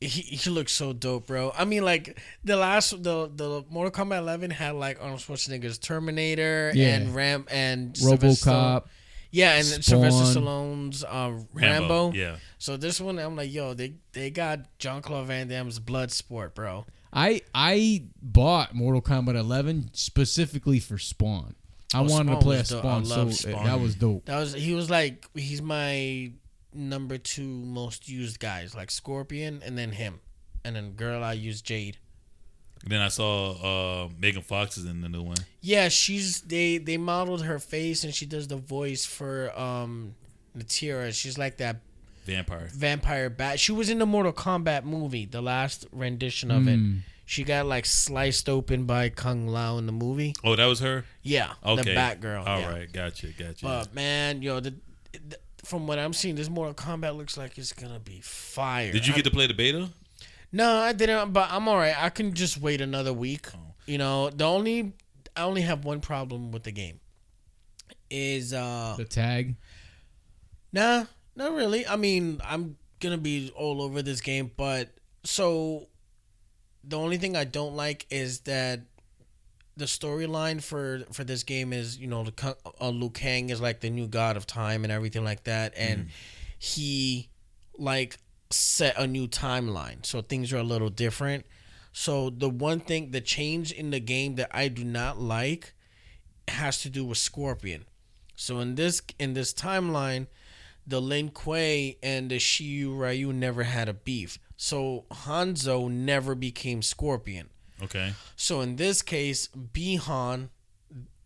he, he looks so dope, bro. I mean, like the last the the Mortal Kombat 11 had like Arnold Schwarzenegger's Terminator Yeah. and Ram and Sylvester Stallone- RoboCop Yeah, and Spawn. Sylvester Stallone's uh, Rambo. Rambo. Yeah, So this one, I'm like, yo, they they got John Claude Van Damme's blood sport, bro. I I bought Mortal Kombat 11 specifically for Spawn. I Oh, wanted Spawn to play a was dope. I Spawn, so love uh, Spawn. that was dope. That was he was like he's my number two most used guys, like Scorpion and then him. and then girl I use Jade. Then I saw uh, Megan Fox is in the new one. Yeah, she's they they modeled her face and she does the voice for um Natira. She's like that Vampire. vampire bat. She was in the Mortal Kombat movie, the last rendition of Hmm. Mm. it. She got like sliced open by Kung Lao in the movie. Oh, that was her. Yeah, Okay. the Batgirl. All yeah. right, gotcha, gotcha. But man, yo, the, the, from what I'm seeing, this Mortal Kombat looks like it's gonna be fire. Did you I- get to play the beta? No, I didn't. But I'm all right. I can just wait another week. Oh. You know, the only I only have one problem with the game is uh The tag. nah, not really. I mean, I'm gonna be all over this game, but so the only thing I don't like is that the storyline for for this game is you know the Kung- uh, Liu Kang is like the new god of time and everything like that, and he like set a new timeline, so things are a little different. So the one thing, the change in the game that I do not like, has to do with Scorpion. So in this in this timeline, the Lin Kuei and the Shiyu Ryu never had a beef. So Hanzo never became Scorpion. Okay. So in this case, Bihan,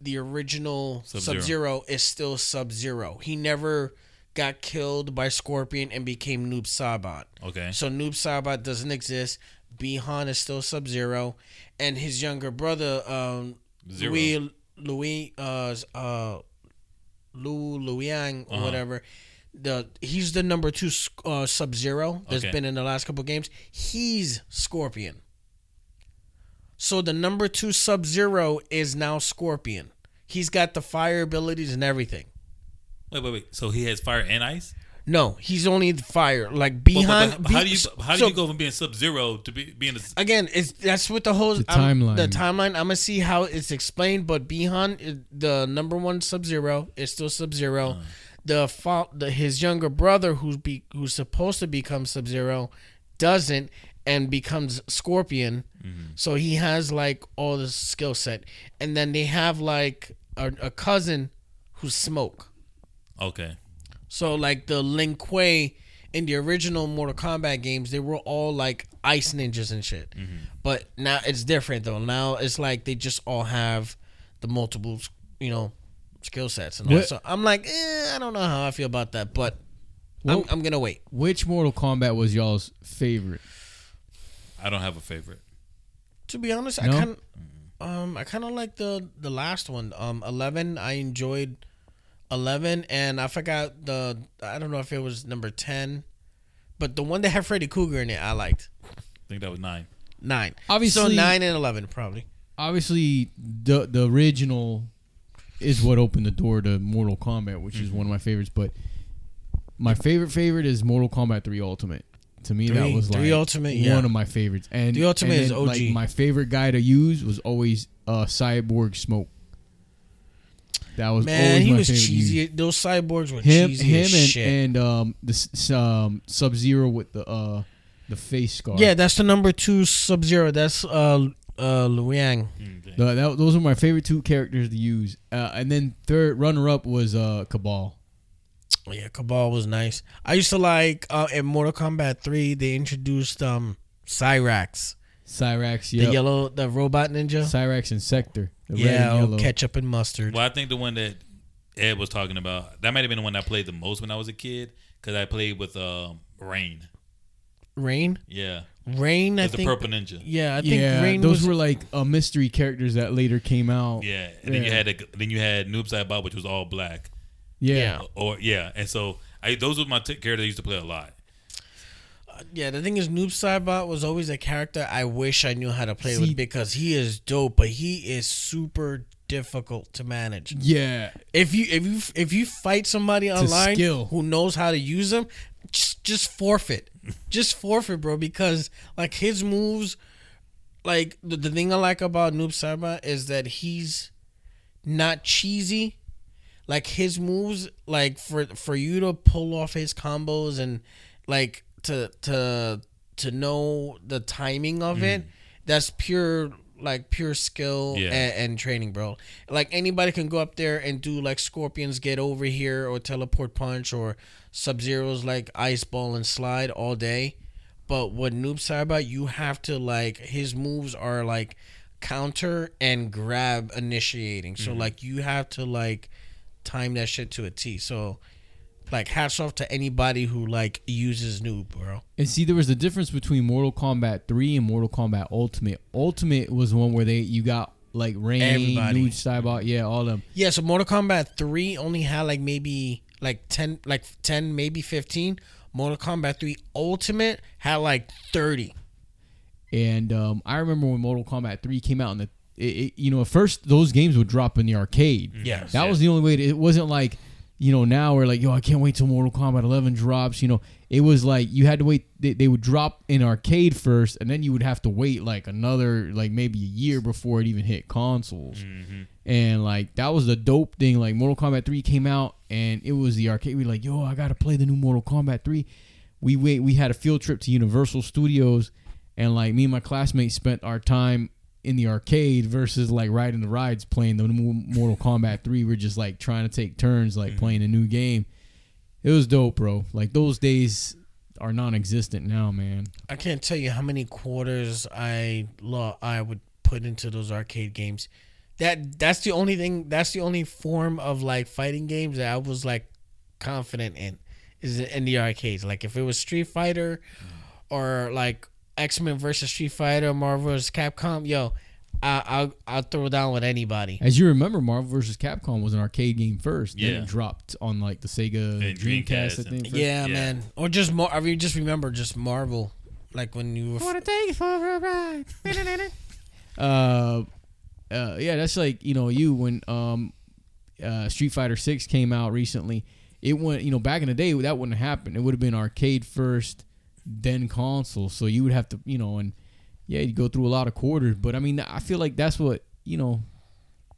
the original Sub-Zero. Sub Zero, is still Sub Zero. He never got killed by Scorpion and became Noob Saibot. Okay. So Noob Saibot doesn't exist. Bihan is still Sub Zero, and his younger brother, um, Zero. Louis Louis uh, uh Lu Luiang or Uh-huh. whatever. The he's the number two uh, Sub Zero that's Okay. been in the last couple games. He's Scorpion. So the number two Sub Zero is now Scorpion. He's got the fire abilities and everything. Wait, wait, wait. So he has fire and ice. No, he's only the fire. Like behind. But- but how do you how do so- you go from being sub zero to be, being a again, it's that's what the whole The I'm- timeline. The timeline. I'm gonna see how it's explained, but Bihan, is the number one Sub Zero, is still Sub Zero. Uh-huh. The fault, the his younger brother, who's be who's supposed to become Sub Zero, doesn't and becomes Scorpion. Mm-hmm. So he has like all the skill set, and then they have like a, a cousin who's Smoke. okay? So like the Lin Kuei in the original Mortal Kombat games, they were all like ice ninjas and shit. But now it's different though. Now it's like they just all have the multiple, you know, skill sets and all. Yeah. So I'm like, eh, I don't know how I feel about that, but Well- I'm, I'm gonna wait. Which Mortal Kombat was y'all's favorite? I don't have a favorite. To be honest, I No? kind um I kind of like the the last one. Um, eleven I enjoyed. Eleven and I forgot the I don't know if it was number ten, but the one that had Freddy Cougar in it I liked. I think that was nine. Nine. Obviously- so nine and eleven probably. Obviously, the the original is what opened the door to Mortal Kombat, which Mm-hmm. is one of my favorites. But my favorite favorite is Mortal Kombat Three Ultimate. To me, that Three- was like Three Ultimate, one yeah. of my favorites. And Three Ultimate and is then, OG. Like, my favorite guy to use was always uh, Cyborg Smoke. That was Man, always he my was favorite to use. cheesy. Those cyborgs were him, cheesy him, as and, shit. and um, the s- um, Sub Zero with the uh, the face scar. yeah, that's the number two Sub Zero. That's uh uh Luang. Mm, Th- that- those were my favorite two characters to use. Uh, and then third runner up was uh, Cabal. Yeah, Cabal was nice. I used to like uh in Mortal Kombat three they introduced um Cyrax, Cyrax, the yeah. yellow, the robot ninja. Cyrax and Sector. The yeah, red and oh, yellow. ketchup and mustard. Well, I think the one that Ed was talking about that might have been the one I played the most when I was a kid because I played with um, Rain. Rain, Yeah, rain. I with the think. Purple Ninja. Yeah, I think yeah, rain those was. were like uh, mystery characters that later came out. Yeah, and then you Yeah. had a, then you had Noob Saibot, which was all black. yeah. yeah. Or yeah, and so I those were my t- characters I used to play a lot. Yeah, the thing is, Noob Saibot was always a character I wish I knew how to play See- with because he is dope, but he is super difficult to manage. Yeah. If you if you if you fight somebody online skill. who knows how to use him, just just forfeit, just forfeit, bro. Because like his moves, like the, the thing I like about Noob Saibot is that he's not cheesy. Like his moves, like for for you to pull off his combos and like to to to know the timing of it, that's pure like pure skill Yeah. and, and training, bro. Like anybody can go up there and do like scorpions get over here or teleport punch or sub zeros like ice ball and slide all day. But what Noob Saibot, you have to like his moves are like counter and grab initiating. So like you have to like time that shit to a T. So like hats off to anybody who like uses Noob, bro. And see, there was a difference between Mortal Kombat 3 and Mortal Kombat Ultimate. Ultimate was one where they you got like Rain, Everybody. Nuge, Cybot, yeah, all them. Yeah, so Mortal Kombat 3 only had like maybe like 10 like 10 maybe 15. Mortal Kombat 3 Ultimate had like 30. And um, I remember when Mortal Kombat 3 came out, and the it, it, you know at first those games would drop in the arcade. Yes. that was the only way. To, it wasn't like you know now we're like yo I can't wait till Mortal Kombat 11 drops. You know it was like you had to wait. They, they would drop in arcade first, and then you would have to wait like another like maybe a year before it even hit consoles. And like that was the dope thing. Like Mortal Kombat 3 came out, and it was the arcade. We like yo I gotta play the new Mortal Kombat 3. We wait. We had a field trip to Universal Studios, and like me and my classmates spent our time in the arcade versus like riding the rides playing the new Mortal Kombat 3. We're just like trying to take turns Mm-hmm. like playing a new game. It was dope, bro. Like those days are non existent now, man. I can't tell you how many quarters I lo- I would put into those arcade games. That that's the only thing. That's the only form of like fighting games that I was like confident in is in the arcades. Like if it was Street Fighter or like X Men versus Street Fighter, Marvel versus Capcom, yo, I, I'll I'll throw down with anybody. As you remember, Marvel vs. Capcom was an arcade game first. Then Yeah. it dropped on like the Sega Dreamcast, And Dreamcast I and- think. first. Yeah, yeah. man. Or just more. I mean, just remember just Marvel. Like when you were wanna take you for a ride. uh, uh, yeah, that's like you know you when um, uh, Street Fighter Six came out recently. It went you know back in the day that wouldn't happen. It would have been arcade first, then console. So you would have to you know and yeah you go through a lot of quarters. But I mean I feel like that's what you know.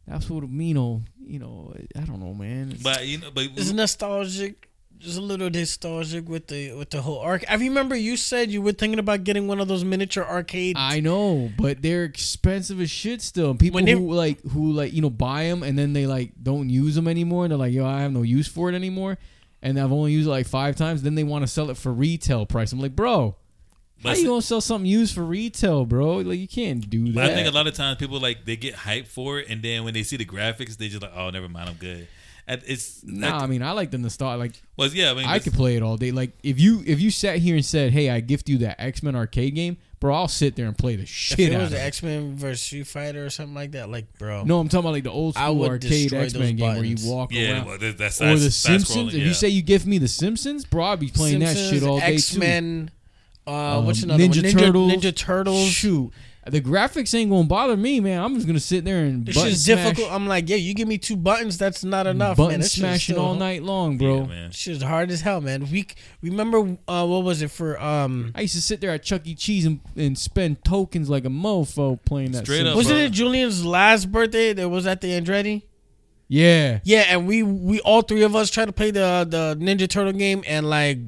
That's what you know. You know I don't know man. It's- But you know, but It's nostalgic. It's a little nostalgic with the with the whole arc. I remember you said you were thinking about getting one of those miniature arcade. I know, but they're expensive as shit still. And people When they- who like who like you know buy them and then they like don't use them anymore, and they're like, yo, I have no use for it anymore, and I've only used it like five times. Then they want to sell it for retail price. I'm like, bro, but how you gonna sell something used for retail, bro? Like you can't do But that. I think a lot of times people like they get hyped for it, and then when they see the graphics, they just like, oh, never mind, I'm good. And It's Nah, I mean, I like the nostalgia. Like was yeah. I mean, I could play it all day. Like if you if you sat here and said, "Hey, I gift you that X Men arcade game," bro, I'll sit there and play the if shit it out was of it. X Men versus Street Fighter or something like that, like bro, No, I'm talking about like the old I school would arcade destroy X Men those game where you buttons. walk yeah, around. well, that- that's or that's- the that's Simpsons. scrolling, If yeah. you say you give me the Simpsons, bro, I'll be playing that shit all day X Men. Uh, what's Um, another Ninja one? Turtles. Ninja too. Turtles. Shoot, the graphics ain't gonna bother me, man. I'm just gonna sit there and This button shit's smash, difficult. I'm like, yeah, you give me two buttons, that's not enough. man. button This shit's smashing still- all night long, Yeah, bro. man. Shit's hard as hell, man. We c- remember uh, what was it for? Um, I used to sit there at Chuck E. Cheese and, and spend tokens like a mofo playing that. Straight up, Simpsons. wasn't bro. it Julian's last birthday? That was at the Andretti. yeah. Yeah, and we we all three of us tried to play the the Ninja Turtle game, and like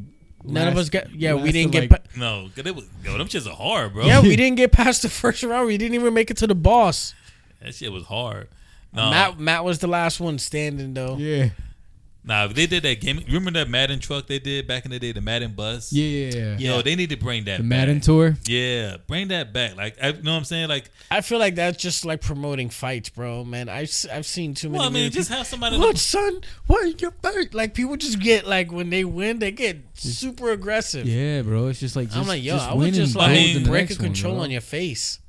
none of Last- us got. Yeah, we lasted, didn't get. like- oh. pa- no, 'cause it was, yo, them shits are hard, bro. yeah, we didn't get past the first round. We didn't even make it to the boss. that shit was hard. No, Matt Matt was the last one standing though. Oh. Yeah, nah, but they did that game. You remember that Madden truck they did back in the day, the Madden bus. yeah, yo, they need to bring that The back. Madden tour. Yeah, bring that back. Like, I, you know what I'm saying? Like, I feel like that's just like promoting fights, bro. Man, I've s- I've seen too many. well, I mean, videos. just have somebody. Look, son, what in your fight? Like people just get like when they win, they get super aggressive. Yeah, bro. It's just like just, I'm like, yo, just I win would just and go mean, to like the break next a control one, bro. on your face.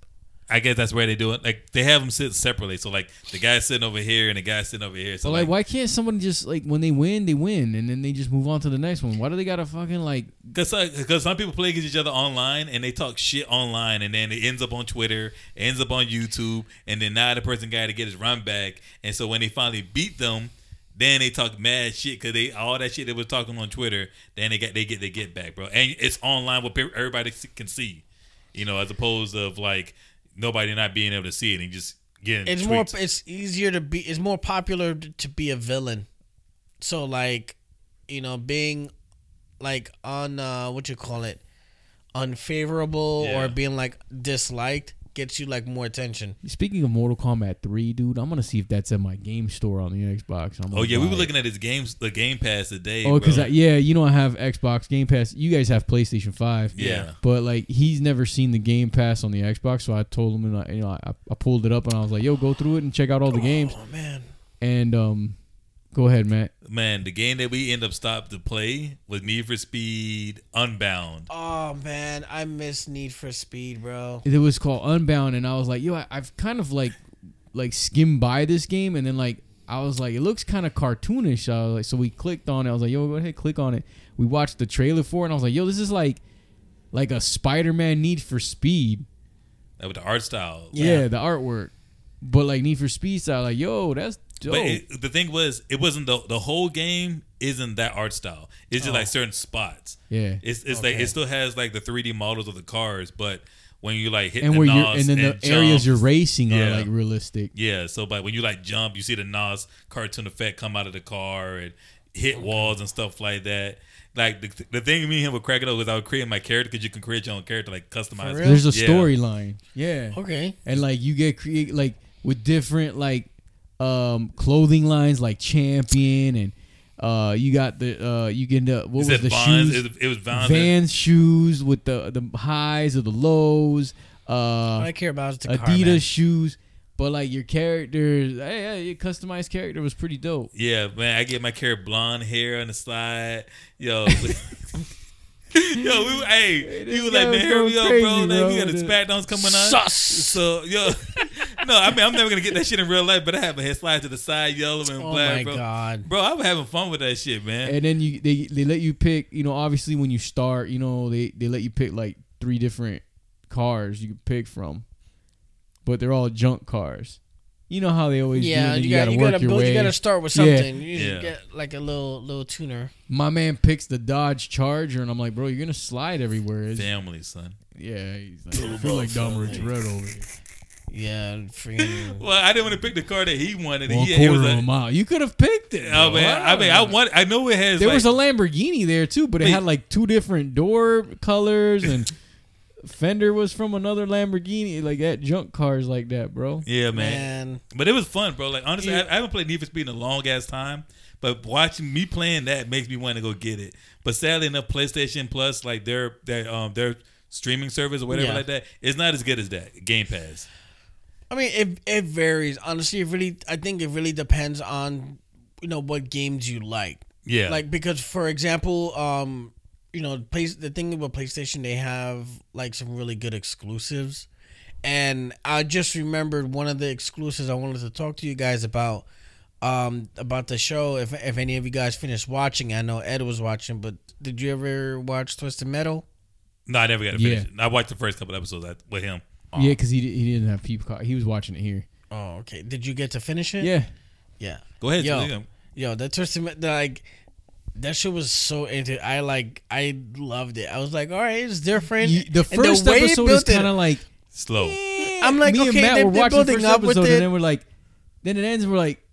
I guess that's where they do it. Like, they have them sit separately. So, like, the guy's sitting over here and the guy's sitting over here. So, But like, like, why can't someone just like when they win, they win, and then they just move on to the next one? Why do they gotta fucking like? Because uh, some people play against each other online and they talk shit online and then it ends up on Twitter, it ends up on YouTube, and then now the person got to get his run back. And so when they finally beat them, then they talk mad shit because they all that shit they were talking on Twitter. Then they got they get they get back, bro. And it's online where pe- everybody see- can see, you know, as opposed of like nobody not being able to see it and just getting. it's more it's easier to be it's more popular t- to be a villain so like you know being like on uh what you call it unfavorable Yeah. or being like disliked gets you like more attention. Speaking of Mortal Kombat 3, dude, I'm gonna see if that's at my game store on the Xbox. I'm Oh gonna yeah, we buy were it. looking at his games, the Game Pass today. Oh, because bro. yeah, you know I have Xbox Game Pass. You guys have PlayStation Five. Yeah. But like he's never seen the Game Pass on the Xbox, so I told him and I, you know I, I pulled it up and I was like, "Yo, go through it and check out all the games." Oh man, And um, go ahead, Matt. man, the game that we end up stopped to play was Need for Speed Unbound. oh man, I miss Need for Speed, bro. It was called Unbound, and I was like, "Yo, I, I've kind of like like skimmed by this game," and then like I was like, "It looks kind of cartoonish." I was like, so we clicked on it. I was like, "Yo, go ahead, click on it." We watched the trailer for it, and I was like, "Yo, this is like like a Spider-Man Need for Speed." That was the art style. Yeah, Yeah. the artwork. But like Need for Speed style, like yo, that's dope. But it, the thing was, it wasn't the the whole game isn't that art style. It's just like certain spots. Oh. yeah, It's it's like Okay. it still has like the 3D models of the cars, but when you like hit and the where you're, knobs and then the and areas jumps- you're racing are Yeah. like realistic. Yeah, so but when you like jump, you see the Nas cartoon effect come out of the car and hit walls and stuff like that. Like the, the thing me and him were cracking up was I would create my character because you can create your own character like customize. real? it. There's a Yeah. storyline. Yeah, Okay, and like you get create like with different like um clothing lines like champion and uh you got the uh you get the what It was said the Vons, shoes It, it was Vons. Vans shoes with the the highs or the lows. all Uh, I care about is the car, Adidas man. shoes. But like your character, hey, hey, your customized character was pretty dope. Yeah, man, I get my character blonde hair on the side. Yo. Yo, we were, hey, this he was guy like, man, was hurry going up, crazy, bro. bro, Like, we got the with spat downs coming up. Sus. So yo, no, I mean I'm never gonna get that shit in real life, but I have a head slide to the side, yellow and Oh black, my bro. god. Bro, I'm having fun with that shit, man. And then you they they let you pick, you know, obviously when you start, you know, they they let you pick like three different cars you can pick from. But they're all junk cars. You know how they always Yeah, do and you, you, got gotta, you work gotta your build. way. You gotta start with Yeah. something. You should Yeah. get like a little little tuner. My man picks the Dodge Charger and I'm like, bro, you're gonna slide everywhere. It's- Family, son. yeah, he's like, I feel like Dom Rich Red over here. Yeah, freaking. Well, I didn't want to pick the car that he wanted. One he, it quarter was of a- a mile. You could have picked it. oh bro. man, I mean, I want. I know it has. There like- was a Lamborghini there too, but it Wait. had like two different door colors and fender was from another Lamborghini. Like that junk cars like that, bro. yeah, man. Man, But it was fun, bro. Like honestly, Yeah. I, I haven't played Need for Speed in a long ass time. But watching me playing that makes me want to go get it. But sadly enough, PlayStation Plus, like their their um their streaming service or whatever Yeah. like that, it's not as good as that Game Pass. I mean, it it varies. Honestly, it really. I think it really depends on you know what games you like. Yeah, Like because for example, um, you know, place the thing about PlayStation, they have like some really good exclusives, and I just remembered one of the exclusives I wanted to talk to you guys about. Um, about the show, if if any of you guys finished watching, I know Ed was watching, but did you ever watch Twisted Metal? no, I never got to finish Yeah. it. I watched the first couple episodes I- with him. Yeah, because he di- he didn't have peacock. He was watching it here. Oh, okay. Did you get to finish it? Yeah, yeah. Go ahead, Yo. Yo. Yo, that twisted Me- the, like that shit was so into. I like I loved it. I was like, all right, it's different. You- the And first way it episode built is it- kind of like slow. I'm like, me okay, and Matt they, were they're watching the building first up with episode, it. and then we're like, then it ends. and We're like,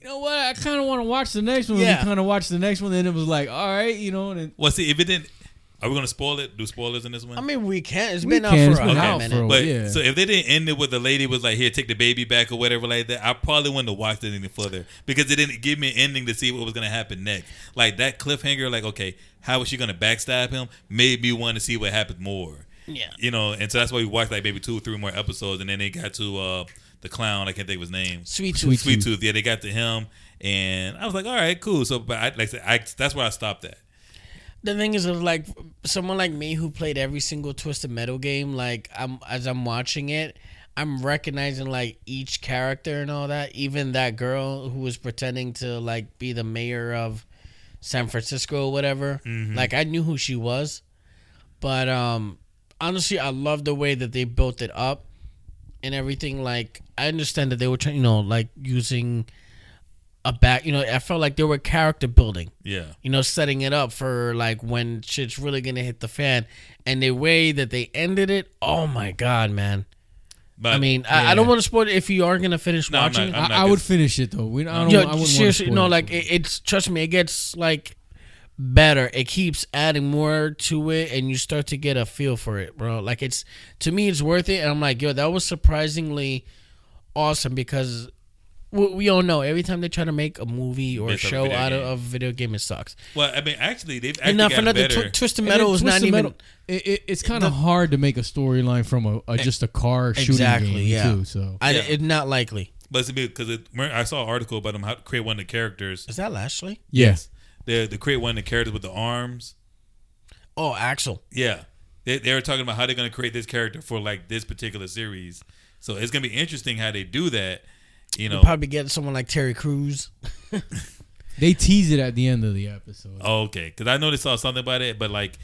you know what? I kind of want to watch the next one. Yeah. We kind of watched the next one, and it was like, all right, you know. And then, Well, see, if it didn't, are we gonna spoil it? Do spoilers in this one? I mean, we can't. It's We been can, out it's for a been hot out for minute. a- But Oh, yeah. so if they didn't end it with the lady was like, "Here, take the baby back" or whatever like that, I probably wouldn't have watched it any further because it didn't give me an ending to see what was gonna happen next. Like that cliffhanger, like okay, how is she gonna backstab him? Made me want to see what happened more. Yeah. you know, and so that's why we watched like maybe two or three more episodes, and then they got to uh the clown. I can't think of his name. Sweet Sweet Sweet Sweet Tooth. Tooth. Yeah, they got to him, and I was like, all right, cool. So, but I, like I said, I, that's where I stopped at. The thing is, is, like someone like me who played every single Twisted Metal game, like I'm as I'm watching it, I'm recognizing like each character and all that. Even that girl who was pretending to like be the mayor of San Francisco or whatever. Like I knew who she was, but um, honestly, I love the way that they built it up and everything. Like I understand that they were trying, you know, like using a back. You know, I felt like they were character building Yeah. you know, setting it up for like when shit's really gonna hit the fan. And the way that they ended it, oh my god, man! But I mean, I, I don't Yeah. want to spoil it if you are gonna finish Uh, No, I'm not- watching. I'm not I, I gonna- would finish it though. We, I don't. Yo, I wouldn't seriously, want no, like it, it's trust me, it gets like better. It keeps adding more to it, and you start to get a feel for it, bro. Like it's to me, it's worth it. And I'm like, yo, that was surprisingly awesome because we, we all know every time they try to make a movie or a It's a show video out of game. a video game, it sucks. Well, I mean, actually, they've actually And not for gotten another better. tw- Twisted And Metal then was not Twisted even. Metal, it, it, it's kind of hard to make a storyline from a, a just a car Exactly, shooting game yeah. too. So I, Yeah. it, not likely. but because I saw an article about them how to create one of the characters. Is that Lashley? yes, They they create one of the characters with the arms. Oh, Axel. Yeah, they they were talking about how they're gonna create this character for like this particular series. So it's gonna be interesting how they do that. You know, Probably get someone like Terry Crews. they tease it at the end of the episode. Oh, okay, because I know they saw something about it, but like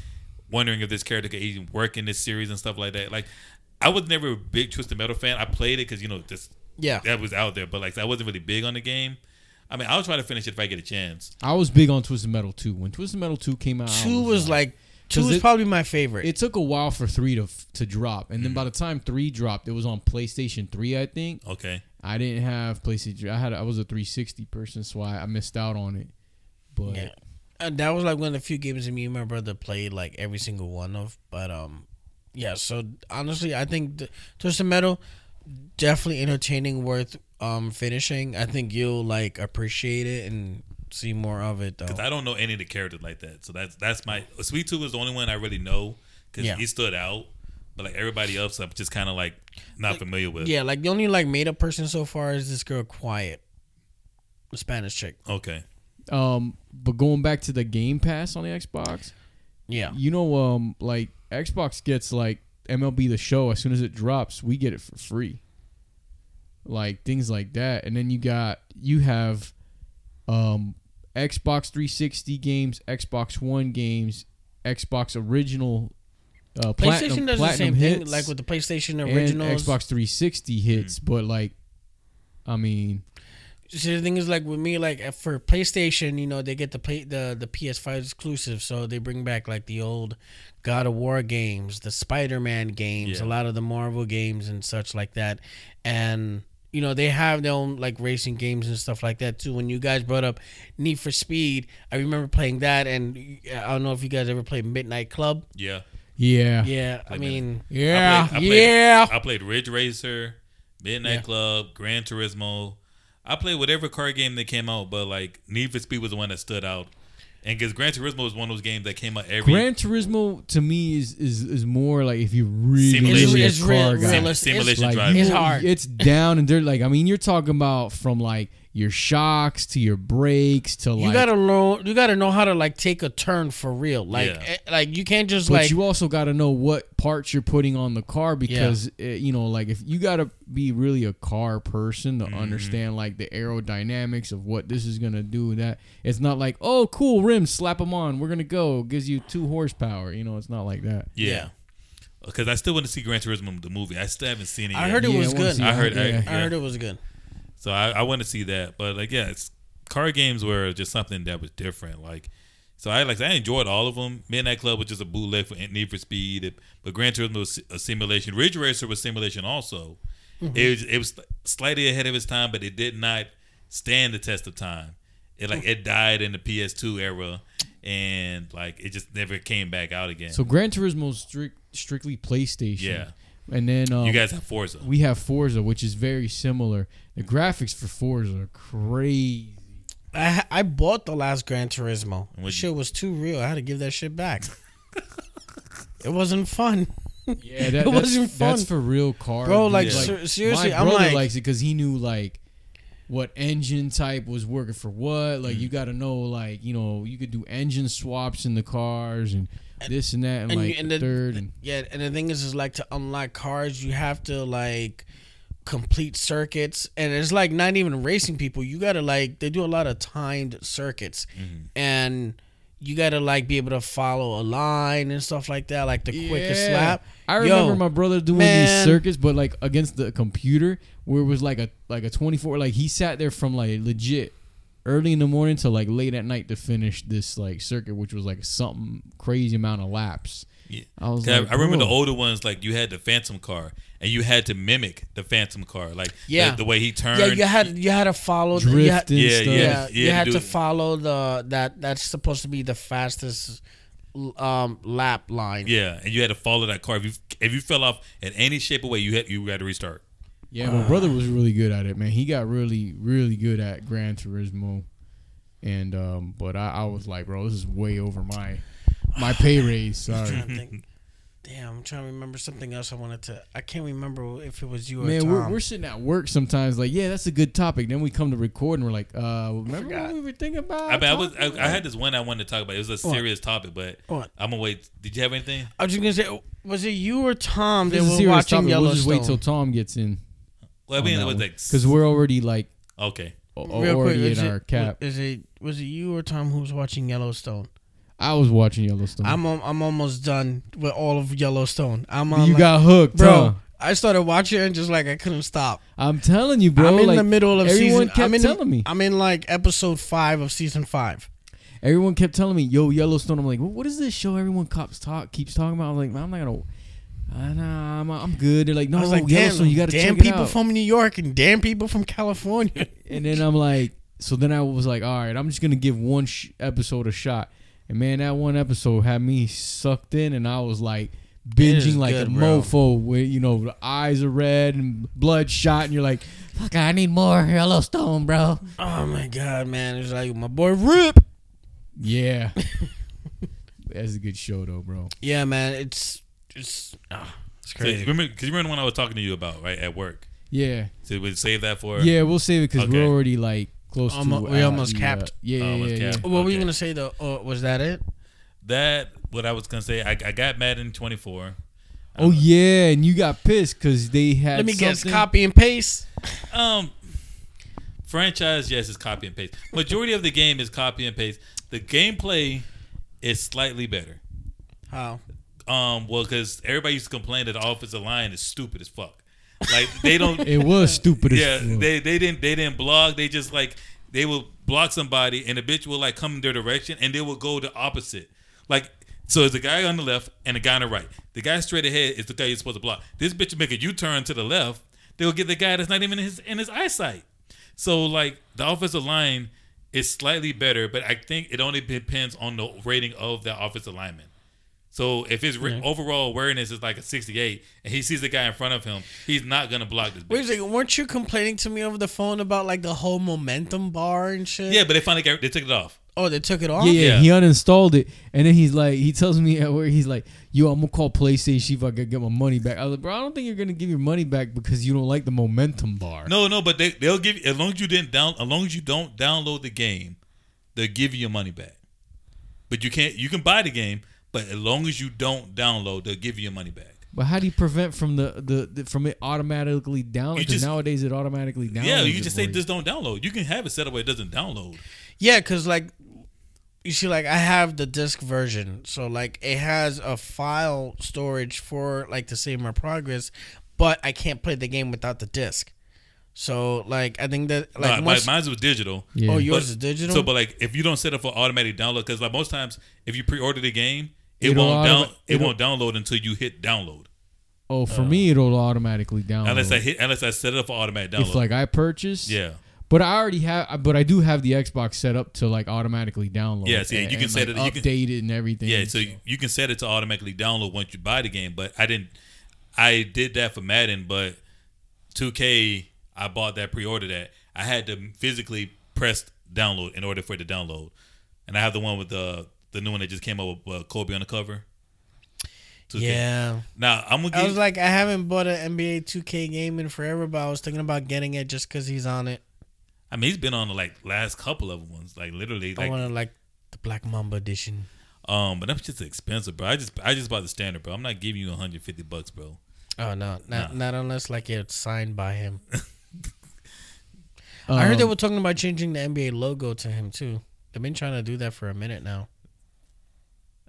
wondering if this character could even work in this series and stuff like that. Like, I was never a big Twisted Metal fan. I played it because you know this Yeah. that was out there, but like I wasn't really big on the game. I mean, I'll try to finish it if I get a chance. I was big on Twisted Metal two when Twisted Metal two came out. I Oh, Two was like two 'Cause was it- probably my favorite. It took a while for three to f- to drop, Mm. and then by the time three dropped, it was on PlayStation three, I think. Okay, I didn't have PlayStation. I had I was a 360 person, so I, I missed out on it. But Yeah. And Uh, that was like one of the few games that me and my brother played like every single one of. But um, yeah. So honestly, I think the, Twisted Metal definitely entertaining, worth um finishing. I think you'll like appreciate it and see more of it though. 'Cause I don't know any of the characters like that, so that's that's my Sweet Tooth is the only one I really know because Yeah. he stood out. But like everybody else, I'm just kind of like not familiar with. yeah, like the only like made up person so far is this girl Quiet, the Spanish chick. Okay. um, but going back to the Game Pass on the Xbox, Yeah. you know, um, like Xbox gets like MLB the Show as soon as it drops, we get it for free. Like things like that, and then you got you have, um, Xbox 360 games, Xbox One games, Xbox original. Uh, platinum, PlayStation does the platinum same hits. thing, like with the PlayStation originals. Mm. and Xbox 360 hits, but like, I mean, See, the thing is, like with me, like for PlayStation, you know, they get the play the the PS5 exclusive, so they bring back like the old God of War games, the Spider Man games, Yeah. a lot of the Marvel games and such like that, and you know they have their own like racing games and stuff like that too. When you guys brought up Need for Speed, I remember playing that, and uh, I don't know if you guys ever played Midnight Club. Yeah. yeah, Yeah, I mean, yeah, I played, I played, yeah. I played Ridge Racer, Midnight Oh. Yeah. Club, Gran Turismo. I played whatever car game that came out, but like Need for Speed was the one that stood out, and because Gran Turismo was one of those games that came out every Gran Turismo to me is is is more like if you really Simulation. really a It's- it's car real- guy. realistic. simulation Like, driving. you- It's hard. It's down, and they're like, I mean, you're talking about from like your shocks to your brakes to like. you gotta know you gotta know how to like take a turn for real like Yeah. eh, like you can't just but like you also got to know what parts you're putting on the car because eh, you know, like if you got to be really a car person to understand like the aerodynamics of what this is gonna do. That it's not like, oh, cool rims, slap them on, we're gonna go, gives you two horsepower. You know, it's not like that. yeah. Because I still want to see Gran Turismo the movie. I still haven't seen it. I yet. heard it Yeah, was I wanna good. see I it. heard. I, Yeah. i heard it was good So I, I want to see that. But like, yeah, it's, car games were just something that was different. Like, so I like I enjoyed all of them. Midnight Club was just a bootleg for Need for Speed, but Gran Turismo was a simulation. Ridge Racer was simulation also. Mm-hmm. It was it was slightly ahead of its time, but it did not stand the test of time. It like it died in the PS2 era, and like it just never came back out again. So Gran Turismo is strict, strictly PlayStation. Yeah. And then um, you guys have Forza. we have Forza, which is very similar. The graphics for Forza are crazy. i ha- i bought the last gran turismo What'd shit was too real i had to give that shit back it wasn't fun Yeah, that, It that's, wasn't fun. that's for real car. Bro, dude. like, Yeah. ser- seriously, my I'm brother like- likes it because he knew like what engine type was working for what. Like Mm. you got to know, like you know, you could do engine swaps in the cars and, this and that, and, and you- like and the the- third and yeah and the thing is is like to unlock cars you have to like complete circuits and it's like not even racing people you gotta like they do a lot of timed circuits Mm-hmm. and you gotta like be able to follow a line and stuff like that like the quickest Yeah. lap I Yo, remember my brother doing man. these circuits, but like against the computer, where it was like a like a twenty four. Like he sat there from like legit early in the morning to like late at night to finish this like circuit, which was like something crazy amount of laps. Yeah. I was 'Cause I, like, I remember the "Whoa." older ones like you had the phantom car and you had to mimic the phantom car like Yeah. the, the way he turned Yeah, you had you had to follow. The, you had, Drift yeah, and yeah, stuff. yeah. you had do to it. follow the that that's supposed to be the fastest um lap line. yeah and you had to follow that car if you if you fell off in any shape or way you had you had to restart Yeah, my brother was really good at it, man. He got really, really good at Gran Turismo, and um, but I, I was like, bro, this is way over my my pay raise. Sorry, trying to think. Damn, I'm trying to remember something else I wanted to. I can't remember if it was you or man. Tom. We're, we're sitting at work sometimes, like, yeah, that's a good topic. Then we come to record, and we're like, uh, remember what forgot. we were thinking about? I mean, I was talking I, about?" I had this one I wanted to talk about it was a serious topic but What? I'm gonna wait did you have anything I was just gonna say, was it you or Tom This that is a were serious watching topic. We'll Yellowstone? just wait till Tom gets in. well I mean it was like because Oh, we're already like okay a- Real quick, already is in it- our cap. Mm-hmm. Is it was it you or Tom who was watching Yellowstone? I was watching Yellowstone. I'm al- I'm almost done with all of Yellowstone. I'm on you like- got hooked, bro. huh? I started watching it and just like I couldn't stop. I'm telling you, bro. I'm in like, the middle of everyone season. Kept I'm in the- telling me. I'm in like episode five of season five. Everyone kept telling me, "Yo, Yellowstone." I'm like, "What is this show?" Everyone cops talk keeps talking about. I'm like, "Man, "I'm not gonna." Uh, nah, I'm, I'm good. They're like, "No, I was like, Yellowstone, damn, you gotta damn check people it out." from New York and damn people from California. and then I'm like, so then I was like, "All right, I'm just gonna give one sh- episode a shot." And man, that one episode had me sucked in, and I was like is binging like a good, bro. mofo, where you know the eyes are red and bloodshot, and you're like, "Fuck, I need more Yellowstone, bro." Oh my god, man! It was like my boy Rip. Yeah, that's a good show though, bro. Yeah, man. It's it's ah, it's so you crazy. remember because you remember the one I was talking to you about right at work Yeah. so we save that for Yeah, we'll save it because Okay. we're already like close Almo- to. we uh, almost the, capped. Uh, yeah, yeah, Almost yeah, capped. What were you Okay. gonna say though? Oh, was that it? that what I was gonna say I, I got mad in 24 Oh yeah, and you got pissed because they had. Let me guess. something- Copy and paste. Um, franchise, yes, is copy and paste. Majority of the game is copy and paste. The gameplay is slightly better. How? Um, well, because everybody used to complain that the offensive line is stupid as fuck. Like they don't. It was stupid. as yeah, fuck. they they didn't they didn't blog. They just like they will block somebody, and the bitch will like come in their direction, and they will go the opposite. Like so, it's a guy on the left and a guy on the right. The guy straight ahead is the guy you're supposed to block. This bitch will make a U-turn to the left. They'll get the guy that's not even in his in his eyesight. So like the offensive line is slightly better, but I think it only depends on the rating of the offensive lineman. So if his ra- overall awareness is like a 68, and he sees the guy in front of him, he's not gonna block this. Bitch. Wait a second. Weren't you complaining to me over the phone about like the whole momentum bar and shit? Yeah, but they finally got, they took it off. Oh, they took it off. Yeah, yeah, Yeah. he uninstalled it, and then he's like, he tells me at where he's like, "Yo, I'm gonna call PlayStation see if I can get my money back." I was like, "Bro, I don't think you're gonna give your money back because you don't like the momentum bar." No, no, but they they'll give you as long as you didn't down as long as you don't download the game, they'll give you your money back. But you can't you can buy the game, but as long as you don't download, they'll give you your money back. But how do you prevent from the, the, the from it automatically down? You Because just- nowadays it automatically downloads. yeah, you it can just for say you. just don't download. You can have it set up where it doesn't download. Yeah, cause like, you see, like I have the disc version, so like it has a file storage for like to save my progress, but I can't play the game without the disc. So like I think that like Like once, mine's was digital. Yeah. oh But- yours But- is digital. So, but like if you don't set up for automatic download, because like most times if you pre-order the game, it It'll won't down autom- it won't download until you hit download. Oh, for me it'll automatically download. Unless I hit unless I set it up for automatic download. if Oh. like I purchase, yeah. But I already have, but I do have the Xbox set up to like automatically download. Yeah, it see, and- you can and, set like, it- you can- update it and everything. Yeah, so you, you can set it to automatically download once you buy the game, but I didn't. I did that for Madden, but 2K, I bought that pre-order that. I had to physically press download in order for it to download, and I have the one with the the new one that just came out with uh, Kobe on the cover. 2K. yeah, Now I'm gonna. I Give, was like I haven't bought an NBA 2K game in forever, but I was thinking about getting it just cause he's on it. I mean, he's been on the like last couple of ones, like literally, I like wanted like the Black Mamba edition. um. But that's just expensive, bro. I just I just bought the standard, bro. I'm not giving you 150 bucks, bro. Oh no, not not unless like it's signed by him. Um, I heard they were talking about changing the NBA logo to him too. They've been trying to do that for a minute now.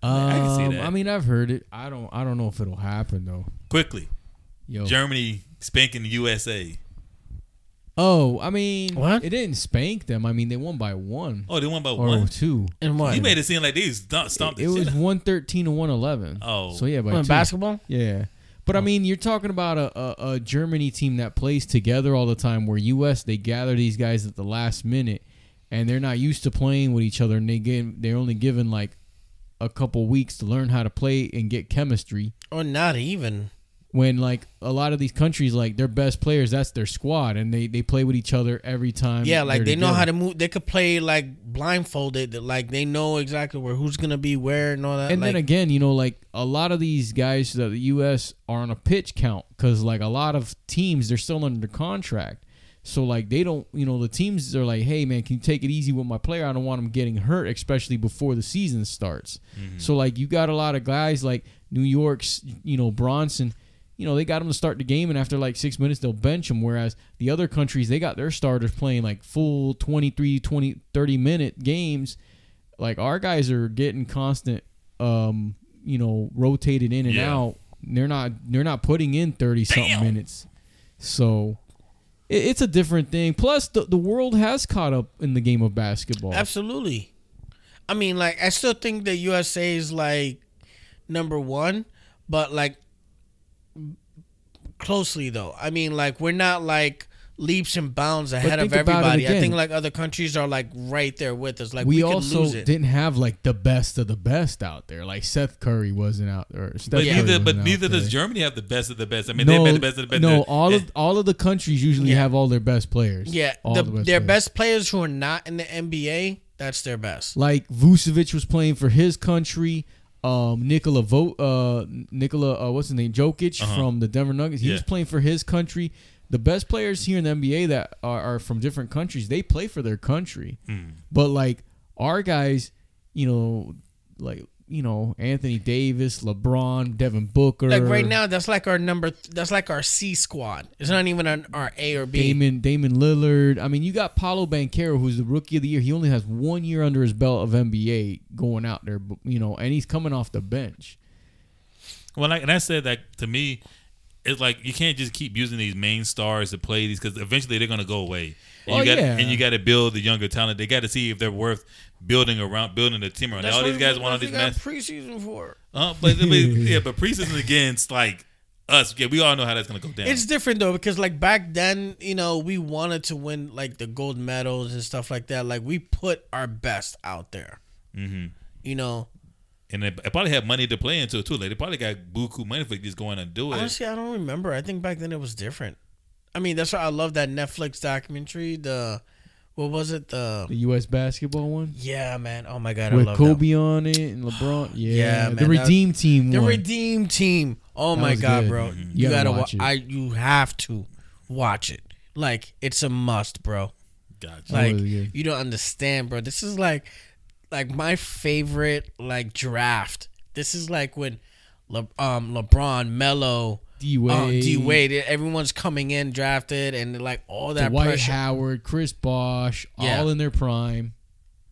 I can see um, that. I mean, I've heard it. I don't. I don't know if it'll happen though. Quickly, Yo, Germany spanking the USA. Oh, I mean, What? It didn't spank them. I mean, they won by one Oh, they won by or one. two. And what? You made it seem like they stomped, stomped It the shit was out. one thirteen to one eleven. Oh. so yeah, by What, two. basketball? Oh. Yeah, but I mean, you're talking about a, a a Germany team that plays together all the time. Where U.S. they gather these guys at the last minute, and they're not used to playing with each other, and they get they're only given like a couple weeks to learn how to play and get chemistry. Or not even. when like a lot of these countries like their best players that's their squad and they they play with each other every time Yeah, like they're they know how to together. move. They could play like blindfolded. Like they know exactly where who's gonna be where and all that. and like, then again you know like a lot of these guys that the us are on a pitch count because like a lot of teams they're still under contract so like they don't you know the teams are like hey man can you take it easy with my player i don't want him getting hurt especially before the season starts Mm-hmm. so like you got a lot of guys like new york's you know bronson you know, they got them to start the game, and after like six minutes, they'll bench them. Whereas the other countries, they got their starters playing like full 23, 20, 30 minute games. Like our guys are getting constant, um, you know, rotated in and Yeah. out. They're not they're not putting in 30 something minutes. So it, it's a different thing. Plus, the, the world has caught up in the game of basketball. Absolutely. I mean, like, I still think the USA is like number one, but like closely though. I mean, like, we're not like leaps and bounds ahead think of about it everybody. I again. think like other countries are like right there with us. Like, we, we, could also lose it. didn't have like the best of the best out there. Like Seth Curry wasn't out there. Steph But Curry neither, wasn't but out neither there. does Germany have the best of the best. I mean, they've been the best of the best. No, They're- all eh, of all of the countries usually Yeah. have all their best players. yeah, all the, the their players. best players who are not in the NBA, that's their best. Like Vucevic was playing for his country. Um, Nikola Vo, uh, Nikola, uh, what's his name, Jokic from the Denver Nuggets. He was Uh-huh. Yeah. playing for his country. The best players here in the NBA that are, are from different countries, they play for their country. Hmm. But like our guys, you know, like you know Anthony Davis, LeBron, Devin Booker, Like right now, that's like our number. th- That's like our C squad. It's not even our, our A or B. Damon Damon Lillard. I mean, you got Paolo Banquero, who's the rookie of the year. He only has one year under his belt of NBA going out there, but, you know, and he's coming off the bench. Well, like, and I said that to me, it's like you can't just keep using these main stars to play these because eventually they're gonna go away. And Oh, you gotta, yeah. And you got to build the younger talent. They got to see if they're worth building around, building a team around. That's all these what- guys want all what these they got mass. preseason for. Uh, but, but yeah, but preseason against like us, yeah, we all know how that's gonna go down. It's different though because like back then, you know, we wanted to win like the gold medals and stuff like that. Like we put our best out there. Mm-hmm. You know, and they they probably have money to play into it too. Like they probably got buku money for just going and do it. honestly, I don't remember. I think back then it was different. I mean, that's why I love that Netflix documentary. The what was it? The The U.S. basketball one yeah, man. Oh my god, I with love that. Kobe on it and LeBron. Yeah, Yeah, the man, that- Redeem Team The one. Redeem Team. Oh That my was god, good. bro! Mhm. You, gotta, watch. it. I you have to watch it. Like it's a must, bro. Gotcha. That Like was good. you don't understand, bro. This is like like my favorite like draft. This is like when Le- um LeBron, Melo, D um, Wade, D Wade, everyone's coming in drafted and like all that Dwight pressure. Howard, Chris Bosh, Yeah. all in their prime.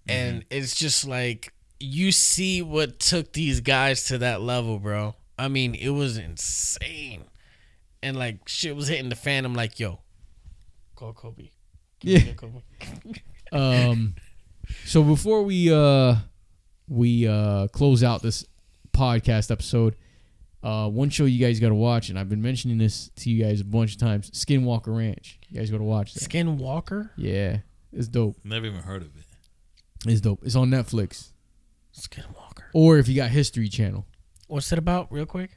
and it's just like you see what took these guys to that level, bro. I mean, it was insane, and like shit was hitting the fan. I'm like, yo, call Kobe. Yeah. Get Kobe. Um, so before we uh we uh close out this podcast episode, uh, one show you guys got to watch, and I've been mentioning this to you guys a bunch of times: Skinwalker Ranch. You guys got to watch that. Skinwalker. Yeah, it's dope. Never even heard of it. It's dope. It's on Netflix, Skinwalker. or if you got History Channel, What's it about, real quick?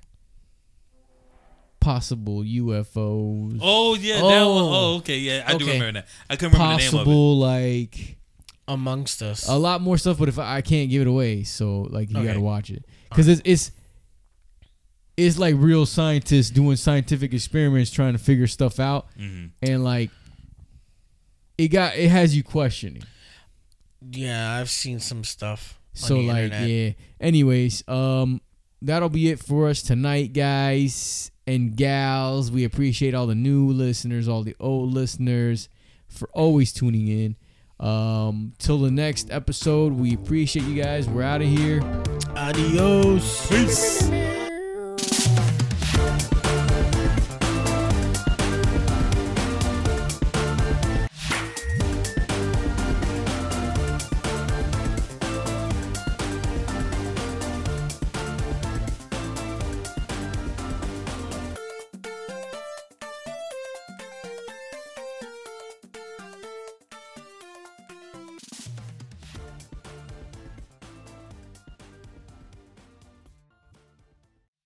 possible UFOs, Oh yeah, that Oh. one. Oh okay, yeah, I do Okay. remember that. I couldn't remember the name of it. possible like Amongst Us. a lot more stuff. But if I, I can't give it away, so like you Okay. gotta watch it because it's it's it's like real scientists doing scientific experiments trying to figure stuff out, Mm-hmm. and like it got it has you questioning. yeah, I've seen some stuff. on So the like internet. yeah. Anyways, um that'll be it for us tonight, guys and gals. We appreciate all the new listeners, all the old listeners for always tuning in. Um till the next episode, we appreciate you guys. We're out of here. Adios. Peace.